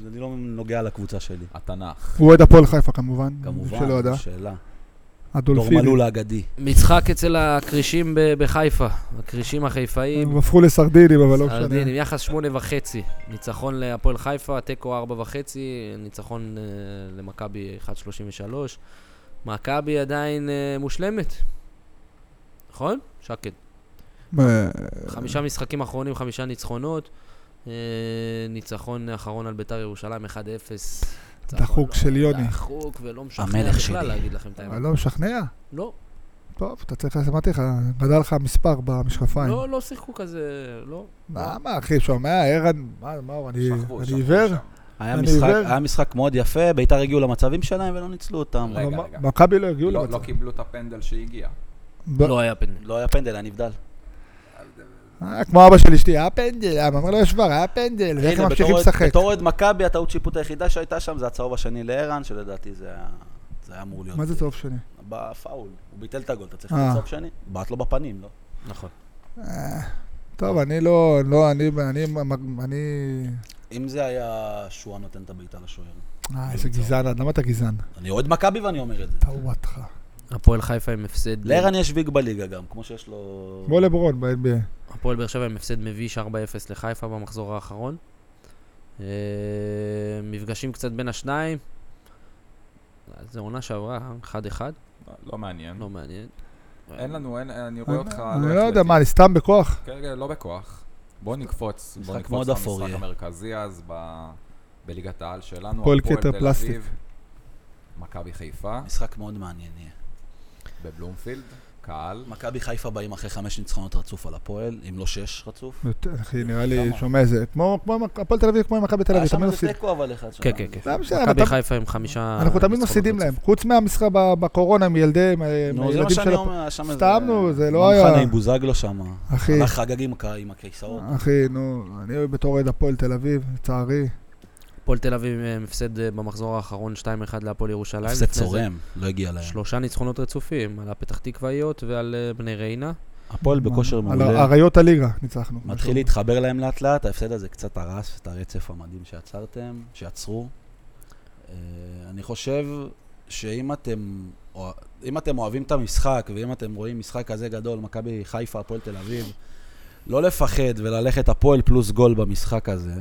אני לא נוגע לקבוצה שלי.
התנ"ך.
הוא אוהד הפועל חיפה כמובן,
כמובן,
שלא ידע.
שאלה. דור
הדולפינים.
מלול האגדי.
משחק אצל הכרישים ב- בחיפה, הכרישים החיפאים.
הם הפכו לסרדינים, אבל לא משנה.
סרדינים, יחס שמונה וחצי. ניצחון להפועל חיפה, תיקו ארבע וחצי, ניצחון אה, למכבי 1.33. מכבי עדיין אה, מושלמת, נכון? שקד.
אה,
חמישה משחקים אחרונים, חמישה ניצחונות. אה, ניצחון אחרון על ביתר ירושלים 1-0. ניצחון
דחוק
לא-
של יוני.
דחוק ולא משכנע
המלך
בכלל
שלי.
להגיד לכם את
אבל
האמת.
לא משכנע.
לא,
טוב, אתה צריך לעשות, אמרתי לך, גדל לך המספר במשקפיים.
לא, לא שיחקו כזה, לא.
למה, אחי, שומע, ערן, מה, מה, הוא, אני
שכבו,
אה, אני
שכבו
עיוור?
שם.
היה
אני
משחק-
עיוור.
היה משחק מאוד יפה, ביתר הגיעו למצבים שלהם ולא ניצלו אותם.
רגע,
אבל
רגע.
מה- מכבי לא הגיעו
לא
למצב.
לא קיבלו את הפנדל שהגיע.
ב-
לא היה פנדל.
לא היה פנדל, היה נבדל.
אה, כמו אבא של אשתי, היה פנדל, היה אומר לו, יש כבר, היה פנדל, ואיך הם
הנה,
ממשיכים
בתור אוהד-
לשחק.
בתור אוהד מכבי, הטעות שיפוט היחידה שהייתה שם זה הצהוב השני לערן, שלדעתי זה היה- זה היה אמור להיות.
מה זה צהוב שני?
בפאול. הוא ביטל את הגול, אתה צריך
אה.
לתת צהוב שני? בעט לו בפנים, לא?
נכון.
אה, טוב, אני לא, לא, אני, אני, אני...
אם זה היה שועה נותן את הבעיטה לשוער.
אה, איזה גזען, למה אתה גזען?
אני אוהד מכבי ואני אומר את זה.
טעותך.
הפועל חיפה עם הפסד...
לערן יש ויג בליגה גם, כמו שיש לו...
כמו לברון ב-NBA.
הפועל באר שבע עם הפסד מביש 4-0 לחיפה במחזור האחרון. אה, מפגשים קצת בין השניים. אה, זה עונה שעברה, 1-1,
לא- לא מעניין.
לא מעניין.
אין לנו, אין- אני רואה אותך...
אני
הולך
לא יודע,
לטי-
מה, אני סתם בכוח?
כן, כן, לא בכוח. בוא נקפוץ. בוא
משחק
נקפוץ
מאוד אפור
למשחק
יהיה.
המרכזי אז ב- בליגת העל שלנו.
הפועל
הפועל
כתר
תל
פלסטיק.
אביב, מכבי חיפה,
משחק מאוד מעניין יהיה.
בבלומפילד, קהל.
מכבי חיפה באים אחרי חמש ניצחונות רצוף על הפועל, אם לא שש רצוף.
יותר, אחי, נראה לי,
כמה?
שומע איזה, כמו כמו הפועל תל אביב, כמו מכבי תל
היה
אביב,
אה, שם
תמיד
איזה
מפסיד.
תיקו אבל אחד שם.
כן, כן, כן.
לא משנה, אבל
מכבי
אתה-
חיפה עם חמישה...
אנחנו תמיד
ניצחונות
מפסידים
רצוף.
להם, חוץ מהמשחק ב- בקורונה עם ילדי, עם
נו, זה
הילדים
מה שאני
של...
אומר, היה שם איזה...
סתם, נו, זה לא היה-
מחנה עם בוזגלו שם.
אחי.
אה,
הלך חגג עם הק- עם הכיסאות.
הפ- אחי, נו, אני בתור אוהד הפועל תל אביב, לצערי,
הפועל תל אביב אה, עם הפסד אה, במחזור האחרון 2-1 להפועל ירושלים.
הפסד
לפני זה
צורם, לא הגיע להם.
שלושה ניצחונות רצופים, על הפתח תקוואיות ועל אה, בני ריינה.
הפועל בכושר
על
מעולה.
אריות הליגה ניצחנו.
מתחיל להתחבר להם לאט לאט, ההפסד הזה קצת הרס את הרצף המדהים שעצרתם, שעצרו. אה, אני חושב שאם אתם, אוה- אם אתם אוהבים את המשחק, ואם אתם רואים משחק כזה גדול, מכבי חיפה, הפועל תל אביב, לא לפחד וללכת הפועל פלוס גול במשחק הזה.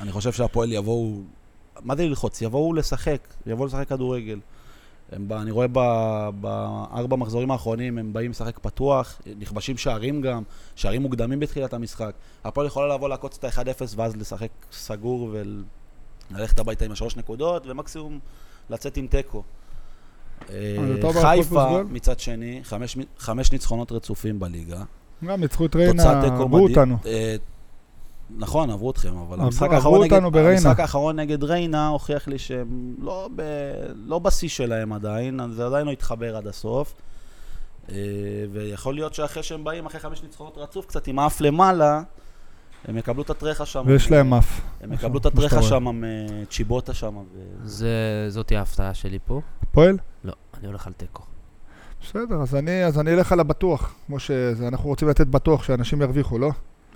אני חושב שהפועל יבואו, מה זה ללחוץ? יבואו לשחק, יבואו לשחק כדורגל. הם, ב- אני רואה ב- בארבע מחזורים האחרונים, הם באים לשחק פתוח, נכבשים שערים גם, שערים מוקדמים בתחילת המשחק. הפועל יכולה לבוא לעקוץ את ה-1-0 ואז לשחק סגור וללכת הביתה עם השלוש נקודות, ומקסימום לצאת עם תיקו. אה,
אבל אתה אומר, הפועל פלוס
חיפה,
גול?
מצד שני, חמש, חמש ניצחונות רצופים בליגה.
גם ניצחו את
תוצאת
ריינה,
תיקו
עברו
מדהים.
אותנו.
אה, נכון, עברו אתכם, אבל
עברו-
המשחק
עברו
האחרון נגד-
אותנו בריינה.
המשחק האחרון נגד ריינה הוכיח לי שהם לא ב- לא בשיא שלהם עדיין, אז זה עדיין לא התחבר עד הסוף. אה, ויכול להיות שאחרי שהם באים, אחרי חמש ניצחונות רצוף, קצת עם האף למעלה, הם יקבלו את הטרחה שם.
ויש להם אף.
הם יקבלו את
נכון, כמו שאתה
הטרחה
רואה.
שם, אה, צ'יבוטה שם. ו-
זה, זאתי ההפתעה שלי פה.
הפועל?
לא, אני הולך על תיקו.
בסדר, אז אני, אז אני אלך על הבטוח, כמו שזה, אנחנו רוצים לתת בטוח שאנשים ירוויחו, לא?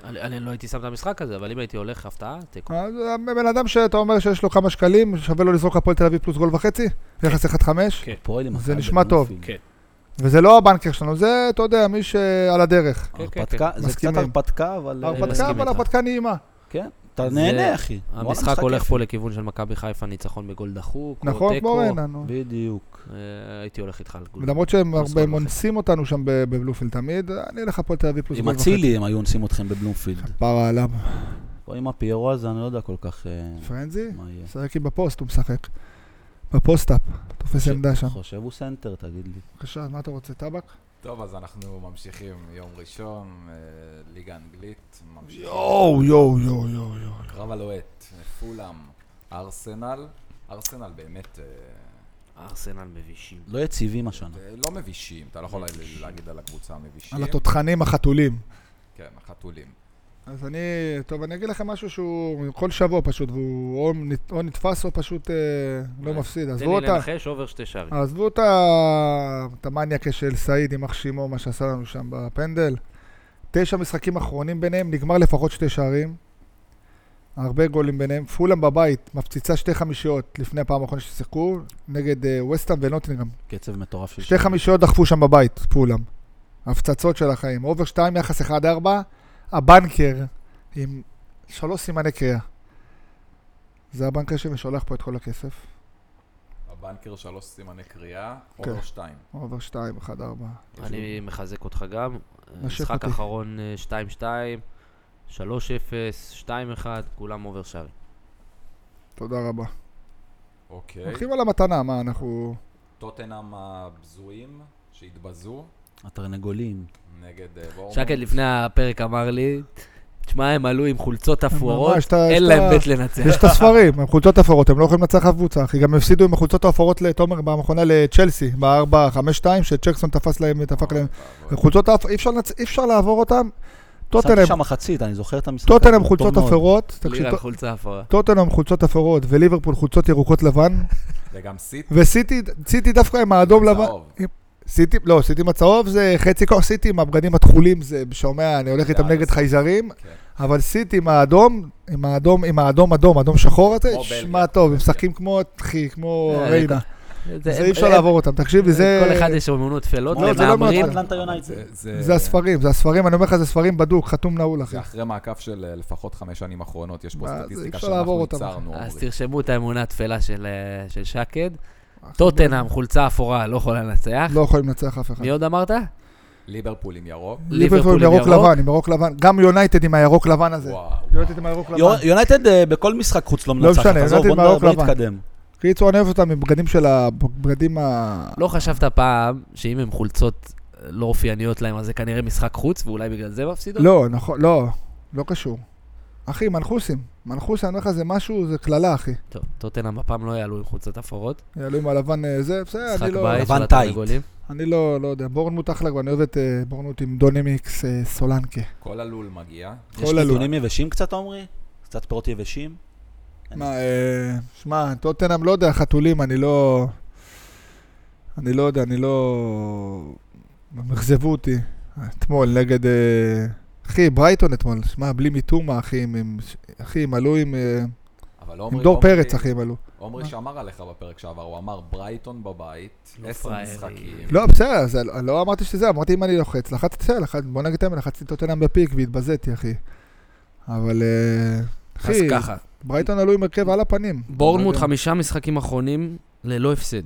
אני, אני לא הייתי שם את המשחק הזה, אבל אם הייתי הולך הפתעה, תיקו.
אז אה, בן אדם שאתה אומר שיש לו כמה שקלים, שווה לו לזרוק הפועל תל אביב פלוס גול וחצי, יחס 1-5,
הפועל עם
זה
מכבי
נשמע טוב.
אלופים.
כן,
כן.
וזה לא הבנקר שלנו, זה, אתה יודע, מי שעל הדרך.
כן, כן,
הרפתקה,
כן.
זה קצת
מסכימים.
הרפתקה, אבל... אה,
הרפתקה,
מסכים
אבל
איתך.
הרפתקה נעימה.
כן, אתה
זה-
נהנה, אחי. וואלה,
המשחק הולך
כיף.
פה לכיוון של מכבי חיפה, ניצחון בגול דחוק, או
נכון, כמו
תיקו.
ריינה, נו.
בדיוק.
אה, הייתי הולך איתך על גול.
ולמרות שהם
פלוס גול
הרבה
וחצי.
מונסים אותנו שם ב- בבלומפילד תמיד, אני אלך הפועל תל אביב פלוס
עם
גול וחצי.
אצילי הם היו אונסים אתכם בבלומפילד.
פרה עליו.
או עם הפיירו הזה, אני לא יודע כל כך אה,
פרנזי?
מה יהיה.
משחק עם בפוסט, הוא משחק. בפוסט-אפ, תופס
ש- נכון.
עמדה שם.
חושב הוא סנטר, תגיד לי.
בבקשה, מה אתה רוצה, טבק?
טוב, אז אנחנו ממשיכים יום ראשון, אה, ליגה אנגלית, ממשיכים.
יואו, יואו, יואו, יואו, יואו.
הקרב הלוהט, פולאם, ארסנל. ארסנל באמת אה,
ארסנל מבישים.
לא יציבים השנה.
אה, לא מבישים, אתה לא יכול לה- להגיד על הקבוצה מבישים.
על התותחנים החתולים.
כן, החתולים.
אז אני, טוב, אני אגיד לכם משהו שהוא כל שבוע פשוט, והוא או, נת- או נתפס או פשוט אה, לא
אולי.
מפסיד.
תן
עזבו
לי
אותה, אה,
לנחש אובר שתי שערים.
עזבו את ה- את המאניה של סעיד, יימח שמו, מה שעשה לנו שם בפנדל. תשע משחקים אחרונים ביניהם, נגמר לפחות שתי שערים. הרבה גולים ביניהם. פולאם בבית, מפציצה שתי חמישיות לפני הפעם האחרונה ששיחקו, נגד אה, וסטהאם ונוטינגרם.
קצב מטורף של...
שתי חמישיות דחפו שם בבית, פולם. הפצצות של החיים. אובר 2, יחס 1-4, הבנקר עם שלוש סימני קריאה. זה הבנקר שמשולח פה את כל הכסף.
הבנקר שלוש סימני קריאה, אובר
כן.
שתיים.
אובר 2, 1-4.
אני מחזק אותך גם. אה,
נשק
משחק
אותי.
אחרון אה, 2-2, 3-0, 2-1, כולם אובר שערים.
תודה רבה.
אוקיי.
הולכים על המתנה, מה, אנחנו...
טוטנאם הבזויים שהתבזו
התרנגולים.
נגד אה, בורמוט.
שקד לפני הפרק אמר לי, תשמע, הם עלו עם חולצות אפורות,
ממש, אתה-
אין
יש
להם
לה-
בית לנצח.
יש את הספרים, הם חולצות אפורות, הם לא יכולים לנצח אף קבוצה, אחי. גם הפסידו עם החולצות האפורות לתומר במכונה לצ'לסי, ב-4-5-2, שצ'קסון תפס להם, דפק להם. חולצות האפ... אי אפשר לצ- אי אפשר לעבור אותם.
שמתי
טוטנאם,
שם מחצית, אני זוכר את המשחק. הזה,
טוטנאם
טוב
חולצות
מאוד.
אפורות. תקשיב,
לירן חולצה אפורה.
טוטנאם חולצות אפורות וליברפול חולצות ירוקות לבן,
וגם סיט.
וסיטי סיטי דווקא עם האדום לבן.
צהוב.
סיטי, לא, סיטי עם הצהוב זה חצי כוח, סיטי עם הבגדים התכולים, זה שומע, אני הולך
זה
איתם נגד
עד הסוף.
חייזרים,
כן.
אבל סיטי עם האדום, עם האדום, עם האדום אדום, אדום שחור הזה,
כמו בלגיה.
שמע טוב, הם משחקים כמו, אחי, כמו
אה,
ריינה.
הם-
זה אי אפשר
הם-
לעבור אותם, תקשיב לי, זה...
אה, כל אחד יש אומנות טפלות,
לא,
הם
זה לא
מהמרים.
מאוד-
אטלנטה יונייטד.
זה-
זה הספרים, זה הספרים, אני אומר לך, זה ספרים בדוק, חתום נעול, אחי.
זה אחרי מעקף של אה, לפחות חמש שנים אחרונות, יש פה
מה, זה אי
סטטיסטיקה
אפשר לעבור
שאנחנו
אותם.
ייצרנו.
אז
עומרי.
תרשמו את האמונה התפלה של אה, של שקד. טוטנאם, חולצה אפורה, לא יכולה לנצח.
לא יכולים לנצח אף אחד.
מי עוד אמרת?
ליברפול עם ירוק.
ליברפול עם ירוק לבן, עם ירוק לבן, גם יונייטד עם הירוק לבן הזה.
וואו.
יונייטד עם הירוק לבן.
יו- יונייטד אה, בכל משחק חוץ לא מנצחת.
לא משנה,
עזוב,
יונייטד
בוא נ-
מהירוק
בוא
לבן.
נתקדם.
קיצור, אני אוהב אותם עם בגדים של ה... בגדים ה...
לא חשבת פעם שאם הם חולצות לא אופייניות להם, אז זה כנראה משחק חוץ, ואולי בגלל זה מפסידות?
לא, נכון, לא, לא קשור. אחי, מנחוסים. מנחוס, אני אומר לך, זה משהו, זה קללה, אחי.
טוב, טוטנאם הפעם לא יעלו עם חולצות אפורות.
יעלו עם הלבן אה, זה, בסדר,
משחק
אני לא...
בית של
לבן
התרנגולים.
אני לא, לא יודע. בורנמוט אחלה, כבר אני אוהב את אה, בורנמוט עם דונמיקס אה, סולנקה.
כל הלול מגיע.
יש
כל הלול.
נתונים יבשים קצת, עומרי? קצת פירות יבשים?
מה, אה, שמע, טוטנאם, לא יודע, חתולים, אני לא... אני לא יודע, אני לא... הם אכזבו אותי. אתמול נגד... אה, אחי, ברייטון אתמול, שמע, בלי מיטומה, אחי, הם- הם- אחי, הם עלו עם... אה,
אבל
עם
עומרי-
דור
עומרי-
פרץ, אחי, הם עלו.
עומרי שמר עליך בפרק שעבר, הוא אמר ברייטון בבית,
לא
עשר
פראיירי.
משחקים.
לא, בסדר, זה- לא אמרתי שזה, אמרתי אם אני לוחץ, לחצתי, בסדר, לחצ- בוא נגיד את האמת, לחצתי טוטנאם בפיק והתבזיתי, אחי. אבל... אה,
אז
אחי,
ככה,
ברייטון עלו עם הרכב על הפנים.
בורנמוט
לא יודע.
חמישה משחקים אחרונים ללא הפסד.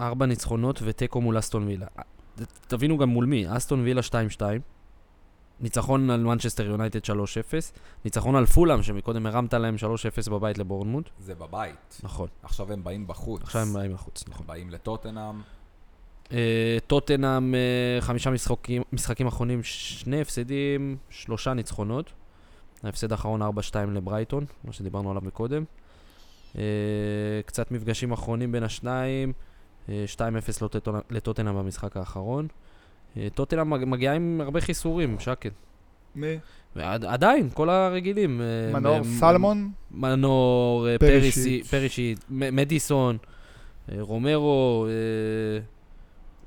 ארבע ניצחונות ותיקו מול אסטון וילה. ת- תבינו גם מול מי, אסטון וילה 2-2, ניצחון על מנצ'סטר יונייטד 3-0, ניצחון על פולאם שמקודם הרמת להם 3-0 בבית לבורנמוט.
זה בבית.
נכון,
עכשיו הם באים בחוץ.
עכשיו הם באים לחוץ, נכון.
באים לטוטנאם.
אה, טוטנאם, אה, חמישה משחקים, משחקים אחרונים, שני הפסדים, שלושה ניצחונות. ההפסד האחרון 4-2 לברייטון, מה שדיברנו עליו מקודם. אה, קצת מפגשים אחרונים בין השניים, אה, 2-0 לטוטנאם- לטוטנאם במשחק האחרון. אה, טוטנאם מג- מגיעה עם הרבה חיסורים, שקד.
מי?
ועד- עדיין, כל הרגילים. אה,
מנור
מ-
סלמון?
מנור, אה,
פרישיץ'.
פרישי- פרישיט, מ- מדיסון, אה, רומרו, אה,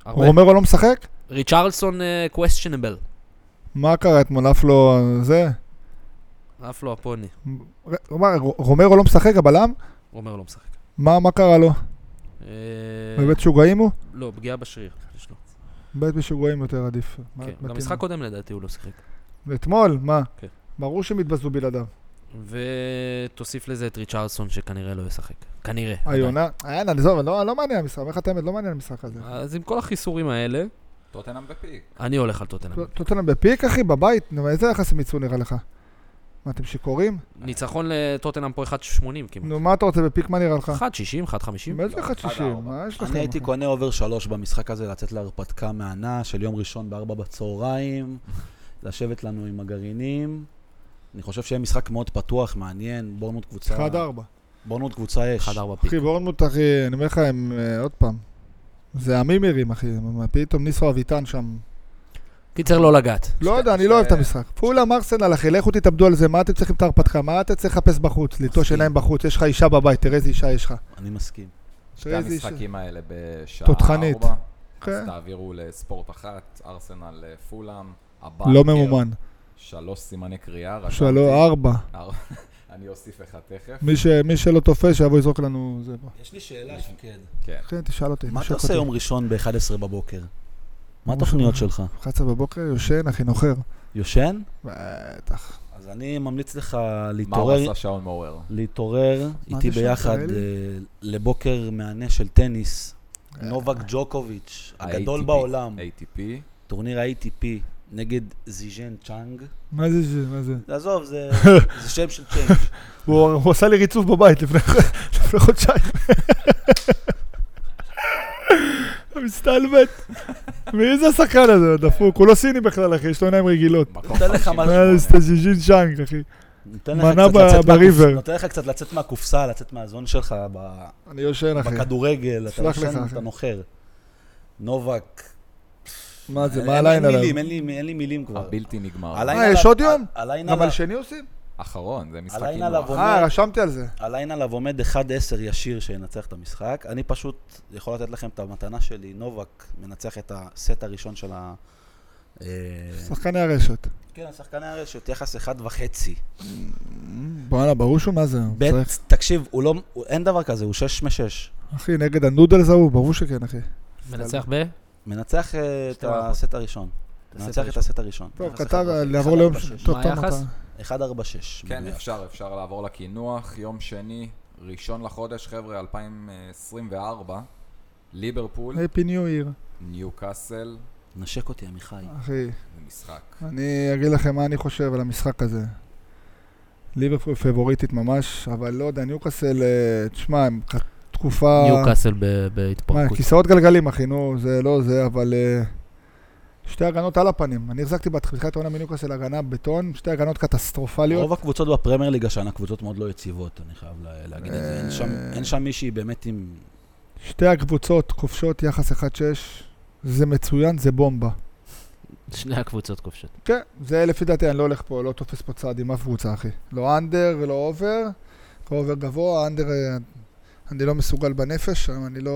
הרבה-
רומרו לא משחק?
ריצ'רלסון אה, קווסטיונבל.
מה קרה אתמול? עף לו זה?
עף לו הפוני,
הוא אמר, רומרו לא משחק, הבלם?
הוא אומר לא משחק.
מה מה קרה לו?
אה,
בבית שוגעים הוא?
לא, פגיעה בשריר. יש לו.
בית משוגעים יותר עדיף. מה,
כן,
מתאים.
במשחק קודם לדעתי הוא לא שיחק.
ואתמול, מה?
כן.
ברור שהם התבזו בלעדיו.
ותוסיף לזה את ריצ'רלסון שכנראה לא ישחק.
אה,
כנראה. עדיין. אה,
היונה, אין, עזוב, לא לא מעניין המשחק, אני אומר לך את האמת, לא מעניין המשחק הזה.
אז עם כל החיסורים האלה,
טוטנאם בפיק.
אני הולך על טוטנאם.
טוט- טוטנאם בפיק, אחי, בבית? נו, איזה יחס הם יצאו נראה לך? מה, אתם שיכורים?
ניצחון לטוטנאם פה 1.80 כמעט.
נו, מה אתה רוצה בפיק, מה נראה לך?
1.60, 1.50.
איזה
לא,
אחד
אחד-ארבע.
שישים? מה יש לכם?
אני הייתי
אחי?
קונה אובר שלוש במשחק הזה, לצאת להרפתקה מהנה של יום ראשון בארבע
(laughs)
בצהריים, לשבת לנו עם הגרעינים. אני חושב שיהיה משחק מאוד פתוח, מעניין, בורנות קבוצה...
אחד ארבע.
בורנות קבוצה אש.
1.4 פיק.
אחי, בורנמוט, אחי, אני אומר לך, הם, אה, עוד פעם, זה המימרים, אחי, הם- פתאום ניסו אביטן שם.
קיצר לא לגעת.
לא יודע, אני
שתי-
לא אוהב את המשחק. פולה מרסנל, אחי, לכו תתאבדו על זה, מה אתם צריכים את ההרפתקה? מה אתה צריך לחפש בחוץ? לטוש
מסכים.
עיניים בחוץ, יש לך אישה בבית, תראה איזה אישה יש לך.
אני מסכים.
שתי
תראה איזה אישה.
המשחקים האלה בשעה
תותחנית.
ארבע.
כן.
אז תעבירו לספורט אחת, ארסנל אה, פולאם. הבנקר,
לא ממומן.
שלוש סימני קריאה. רשמתי.
שלוש, אה? ארבע.
אר- אני אוסיף אחד תכף.
מי ש- מי שלא תופס, שיבוא יזרוק לנו זה. בוא.
יש לי שאלה, שקד.
כן.
כן, תשאל אותי.
מה אתה
תשאל
עושה
אותי.
יום ראשון ב-11 בבוקר? מה התוכניות שלך?
11 בבוקר, יושן, אחי, נוחר.
יושן?
בטח.
אז אני ממליץ לך
מה הוא
להתעורר,
עשה שעון מעורר?
להתעורר
מה
איתי
זה שם,
ביחד
תראה לי? אה,
אה, לבוקר מהנה של טניס. נובק ג'וקוביץ', הגדול
ATP.
בעולם,
ATP.
טורניר ה-ATP נגד זיז'ן צ'אנג.
מה זה זה? מה זה?
עזוב,
(laughs)
זה זה שם של צ'אנג.
הוא הוא עשה לי ריצוף בבית לפני (laughs) לפני חודשיים. (laughs) מסתלבט. מי זה השחקן הזה? הוא דפוק. הוא לא סיני בכלל, אחי, יש לו עיניים רגילות.
מקום
נותן לך
58.
מה זה ז'יז'ין צ'אנג, אחי?
נותן לך
מנה
קצת
ב-
לצאת מהקופ-
בריבר.
נותן לך קצת לצאת מהקופסה, לצאת מהזון שלך ב-
אני יושן, אחי.
בכדורגל, אתה
סלח לך,
ישן,
אחי.
אתה נוחר. נובק.
מה זה?
אין-
מה
אין
הליין עליו?
מילים, אין לי- אין לי מילים כבר.
הבלתי נגמר.
הליין
אה,
עליו-
יש עוד יום?
הליין
גם
עליו-
על שני עושים?
אחרון, זה משחקים
הלילה
לא
לבוא.
אה, רשמתי על זה.
הליין עליו עומד 1-10 ישיר שינצח את המשחק. אני פשוט יכול לתת לכם את המתנה שלי, נובק מנצח את הסט הראשון של ה... אה,
שחקני הרשת.
כן, שחקני הרשת, יחס 1.5.
וואלה, ברור שהוא מה זה. הוא
Mm. בית,
צריך-
תקשיב, הוא לא, הוא, אין דבר כזה, הוא 6 מ-6.
אחי, נגד הנודלס ההוא, ברור שכן, אחי.
מנצח ב?
מנצח אה, את
שתי מערכות.
הסט הראשון. מנצח את הסט הראשון.
טוב,
יחס
כתב, אה,
1.4.
לעבור ליום...
1.46.
טוב,
מה
תום,
היחס?
אתה-
1.46.
כן,
מדויק.
אפשר, אפשר לעבור לקינוח. יום שני, ראשון לחודש, חבר'ה, 2024. ליברפול,
הפי ניו עיר.
ניו קאסל,
נשק אותי, עמיחי.
אחי,
זה משחק.
אני אגיד לכם מה אני חושב על המשחק הזה. ליברפול פבוריטית ממש, אבל לא יודע, ניוקאסל, אה, תשמע, הם ח- תקופה...
ניו קאסל
מה,
בהתפרקות.
כיסאות גלגלים, אחי, נו, זה לא זה, אבל... אה, שתי הגנות על הפנים. אני החזקתי בתחילת העונה מניוקאסל הגנה בטון, שתי הגנות קטסטרופליות.
רוב הקבוצות בפרמייר ליגה שנה קבוצות מאוד לא יציבות, אני חייב לה- להגיד את זה. אין
אה.
שם- אין שם מישהי באמת עם...
שתי הקבוצות כובשות יחס 1-6, זה מצוין, זה בומבה.
שני הקבוצות כובשות.
כן, זה לפי דעתי, אני לא הולך פה, לא תופס פה צעד עם אף קבוצה, אחי. לא אנדר ולא אובר. אובר גבוה, אנדר אה, אני לא מסוגל בנפש, אני לא...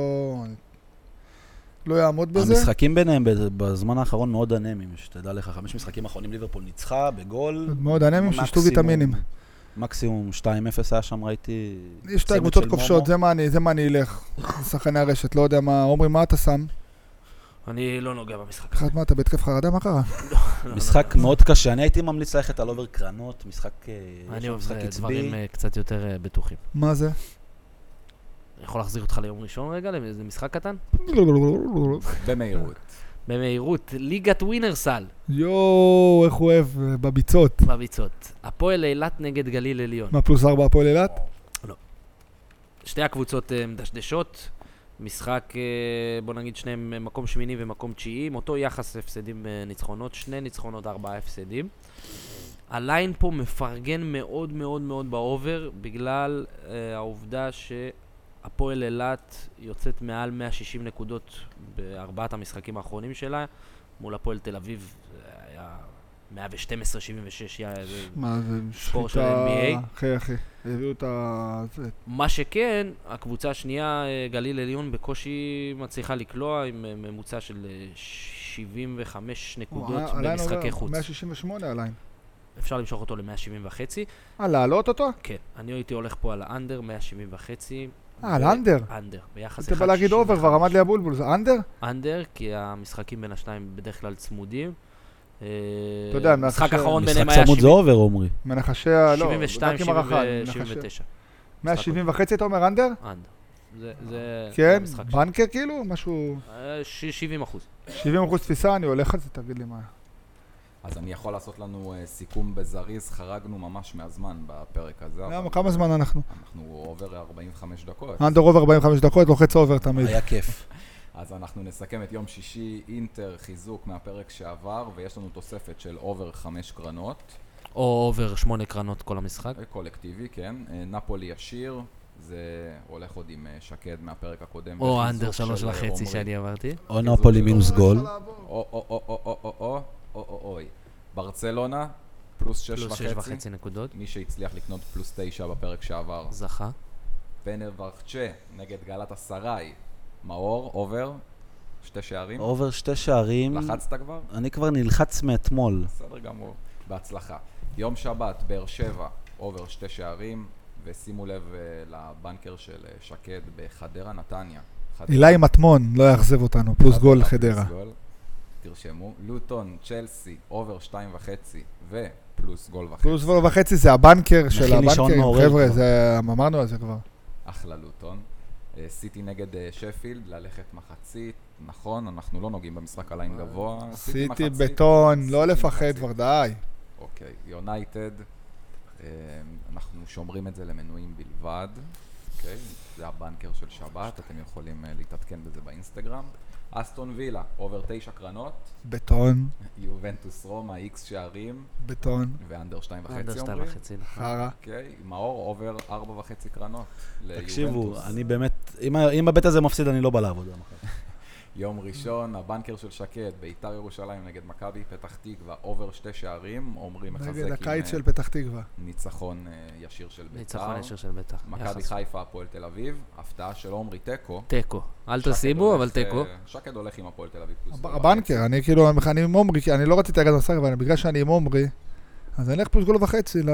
לא יעמוד בזה.
המשחקים ביניהם בז- בזמן האחרון מאוד אנמיים, שתדע לך, חמש משחקים האחרונים ליברפול ניצחה בגול.
מאוד אנמים שישתו
מקסימום-
ויטמינים.
מקסימום 2-0 היה שם, ראיתי...
יש שתי
צמד
קבוצות
של
כובשות,
מומו.
זה מה אני, זה מה אני אלך. שחקני הרשת, לא יודע מה, עומרי, מה אתה שם?
אני לא נוגע במשחק.
בכלל, מה, אתה בהתקף חרדה? מה קרה?
לא, לא,
משחק
לא.
מאוד קשה, אני הייתי ממליץ ללכת על אובר קרנות, משחק אה, יש
אני
לו
אוהב
משחק
אה,
עצבי.
דברים אה, קצת יותר אה, בטוחים.
מה זה?
אני יכול להחזיר אותך ליום ראשון רגע, לאיזה משחק קטן?
במהירות.
במהירות, ליגת ווינרסל
יואו, איך הוא אוהב, אה, בביצות.
בביצות. הפועל אילת נגד גליל עליון.
מה, פלוס ארבע הפועל אילת?
שתי הקבוצות אה, מדשדשות. משחק, אה, בוא נגיד שניהם אה, מקום שמיני ומקום תשיעי, עם אותו יחס הפסדים אה, ניצחונות, שני ניצחונות, ארבעה הפסדים. הליין פה מפרגן מאוד מאוד מאוד באובר, בגלל אה, העובדה שהפועל אילת יוצאת מעל 160 נקודות בארבעת המשחקים האחרונים שלה, מול הפועל תל אביב אה, היה 112-76, היה איזה
מה זה,
סקור של NBA?
אחי, אחי, הביאו את ה... זה-
מה שכן, הקבוצה השנייה, אה, גליל עליון, בקושי מצליחה לקלוע עם אה, ממוצע של אה, 75 נקודות
הוא עלה- עליין
במשחי
עובר,
חוץ.
168 עליין.
אפשר למשוך אותו ל-170 וחצי.
אה, להעלות אותו?
כן, אני הייתי הולך פה על האנדר, 170 וחצי.
אה, על אנדר.
אנדר, ביחס
אתה בא להגיד אובר, כבר עמד לי הבולבול, זה אנדר?
אנדר, כי המשחקים בין השניים בדרך כלל צמודים. אה,
אתה יודע,
המשחק
מאחר ש-
האחרון
משחק
ביניהם היה
צמוד זה עובר, עומרי.
מנחשי ה... לא,
72,
רק עם הרחל, מנחשי-
79.
170 וחצי אתה אומר אנדר?
אנדר. זה- כן, זה זה
כן,
המשחק שלי.
בנקר כאילו, משהו...
אה, ש- 70 אחוז.
70 אחוז תפיסה, אני הולך על זה, תגיד לי מה.
אז אני יכול לעשות לנו אה, סיכום בזריז, חרגנו ממש מהזמן בפרק הזה. אבל
למה, כמה זמן אנחנו?
אנחנו עובר 45 דקות.
אנדר אובר 45 דקות, לוחץ אובר תמיד.
היה כיף.
אז אנחנו נסכם את יום שישי, אינטר, חיזוק מהפרק שעבר, ויש לנו תוספת של אובר חמש קרנות.
או אובר שמונה קרנות כל המשחק.
אה, קולקטיבי, כן. אה, נפולי ישיר, זה הולך עוד עם אה, שקד מהפרק הקודם.
או
וחיזוק
אנדר
של אה,
שלוש
עומרי.
וחצי שאני עברתי.
או נפולי מינוס גול.
או, או, או, או, או, או, או, או, או, אוי. ברצלונה, פלוס שש
פלוס שש
וחצי.
וחצי נקודות.
מי שהצליח לקנות פלוס תשע בפרק שעבר.
זכה.
ונברצ'ה נגד גלת אסריי. מאור, אובר, שתי שערים.
אובר שתי שערים.
לחצת כבר?
אני כבר נלחץ מאתמול.
בסדר גמור. בהצלחה. יום שבת, באר שבע, אובר שתי שערים, ושימו לב אה, לבנקר של אה, שקד בחדרה, נתניה. חדרה,
אילי מטמון לא יאכזב אותנו,
אה,
פלוס גול חדרה.
פלוס גול. תרשמו. לוטון, צ'לסי, אובר שתיים וחצי, ופלוס גול וחצי.
פלוס גול וחצי זה הבנקר של
נכין לי שעון
הבנקרים,
מעורר
חבר'ה,
כבר.
זה- אמרנו על זה כבר.
אחלה לוטון. אה, סיטי נגד אה, שפילד, ללכת מחצית. נכון, אנחנו לא נוגעים במשחק עליין
אה,
גבוה.
סיטי
מחצית.
בטון, לא
סיטי
לפחד
מחצית.
כבר, די.
אוקיי, יונייטד, אה, אנחנו שומרים את זה למנויים בלבד, אוקיי? זה הבנקר של שבת, אתם יכולים אה, להתעדכן בזה באינסטגרם. אסטון וילה, אובר תשע קרנות,
בטון,
יובנטוס רומא, איקס שערים,
בטון,
ואנדר שתיים
אנדר
וחצי
שתיים
אומרים.
וחצי. נכון.
חרא.
אוקיי, מאור אובר ארבע וחצי קרנות ליובנטוס.
תקשיבו, אני באמת, אם ה- אם הבית הזה מפסיד, אני לא בא לעבודה מחר.
יום ראשון, הבנקר של שקד, ביתר ירושלים נגד מכבי פתח תקווה, אובר שתי שערים, עומרי מחזק
נגד
עם
הקיץ
אה,
של פתח תקווה.
ניצחון אה, ישיר של ביתר.
ניצחון ישיר של בית"ר.
מכבי
יחס.
חיפה, הפועל תל אביב, הפתעה של עומרי תיקו.
תיקו. אל
שקד
תשימו,
הולך,
אבל תיקו.
אה, שקד הולך עם הפועל תל אביב. פלוס
לא
גול
הבנקר, אני כאילו, אני עם עומרי, כי אני לא רציתי להגיד במשחק, אבל בגלל שאני עם עומרי, אז אני אלך פלוס גול וחצי ל...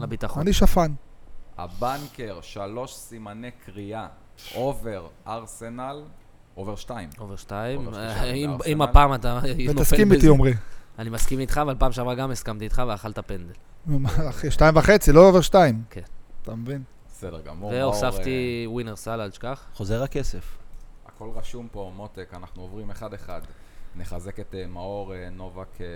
לביטחון.
אני שפן.
וחצי. הבנקר, שלוש סימני קריאה, אובר, ארסנל, אובר שתיים.
אובר שתיים.
אובר
אה,
שתיים
אם-
לארסנל.
אם הפעם אתה נופל
ותסכים איתי,
בזה.
עומרי. (laughs)
אני מסכים איתך, אבל פעם שעברה גם הסכמתי איתך ואכלת פנדל.
מה, אחי, שתיים וחצי, לא עובר שתיים.
כן.
אתה מבין?
בסדר גמור. מאור,
והוספתי ווינר סל, אל תשכח.
חוזר הכסף.
אה, הכל רשום פה, מותק, אנחנו עוברים אחד-אחד. נחזק את אה, מאור אה, נובק אה,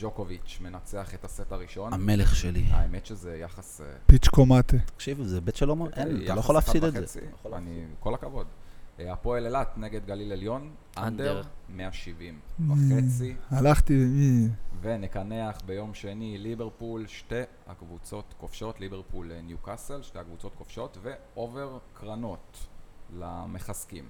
ג'וקוביץ', מנצח את הסט הראשון.
המלך שלי.
האמת שזה יחס... אה,
פיץ' קומטה.
תקשיבו, זה בית שלום, אין, אתה
יחס
לא יכול
אחד
להפסיד את
וחצי.
זה.
אני, כל הכבוד. אה, הפועל אילת נגד גליל עליון, אנדר
אנדר.
170
Mm.
וחצי,
הלכתי, אה,
ונקנח ביום שני ליברפול, שתי הקבוצות כובשות, ליברפול אה, ניוקאסל, שתי הקבוצות כובשות, ואובר קרנות למחזקים.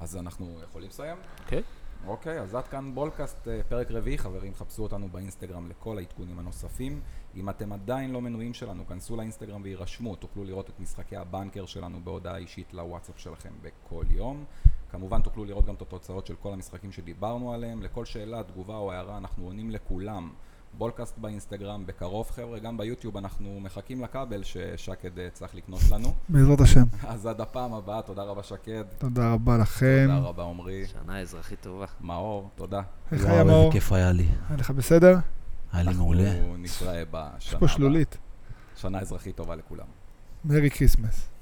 אז אנחנו יכולים לסיים?
אוקיי.
אוקיי, אז עד כאן בולקאסט אה, פרק רביעי. חברים, חפשו אותנו באינסטגרם לכל העדכונים הנוספים. אם אתם עדיין לא מנויים שלנו, כנסו לאינסטגרם והירשמו. תוכלו לראות את משחקי הבנקר שלנו בהודעה אישית לוואטסאפ שלכם בכל יום. כמובן תוכלו לראות גם את התוצאות של כל המשחקים שדיברנו עליהם. לכל שאלה, תגובה או הערה, אנחנו עונים לכולם. בולקאסט באינסטגרם, בקרוב חבר'ה, גם ביוטיוב אנחנו מחכים לכבל ששקד אה, צריך לקנות לנו. (laughs)
בעזרת השם.
אז עד הפעם הבאה, תודה רבה שקד.
תודה רבה לכם.
תודה רבה עמרי.
שנה אזרחית טובה.
מאור, תודה.
איך
וואו,
היה
איזה
מאור?
כיף היה לי.
היה לך בסדר?
היה לי מעולה.
אנחנו נתראה בשנה
יש פה
הבאה.
שלולית.
שנה אזרחית טובה לכולם.
מרי כריסמס.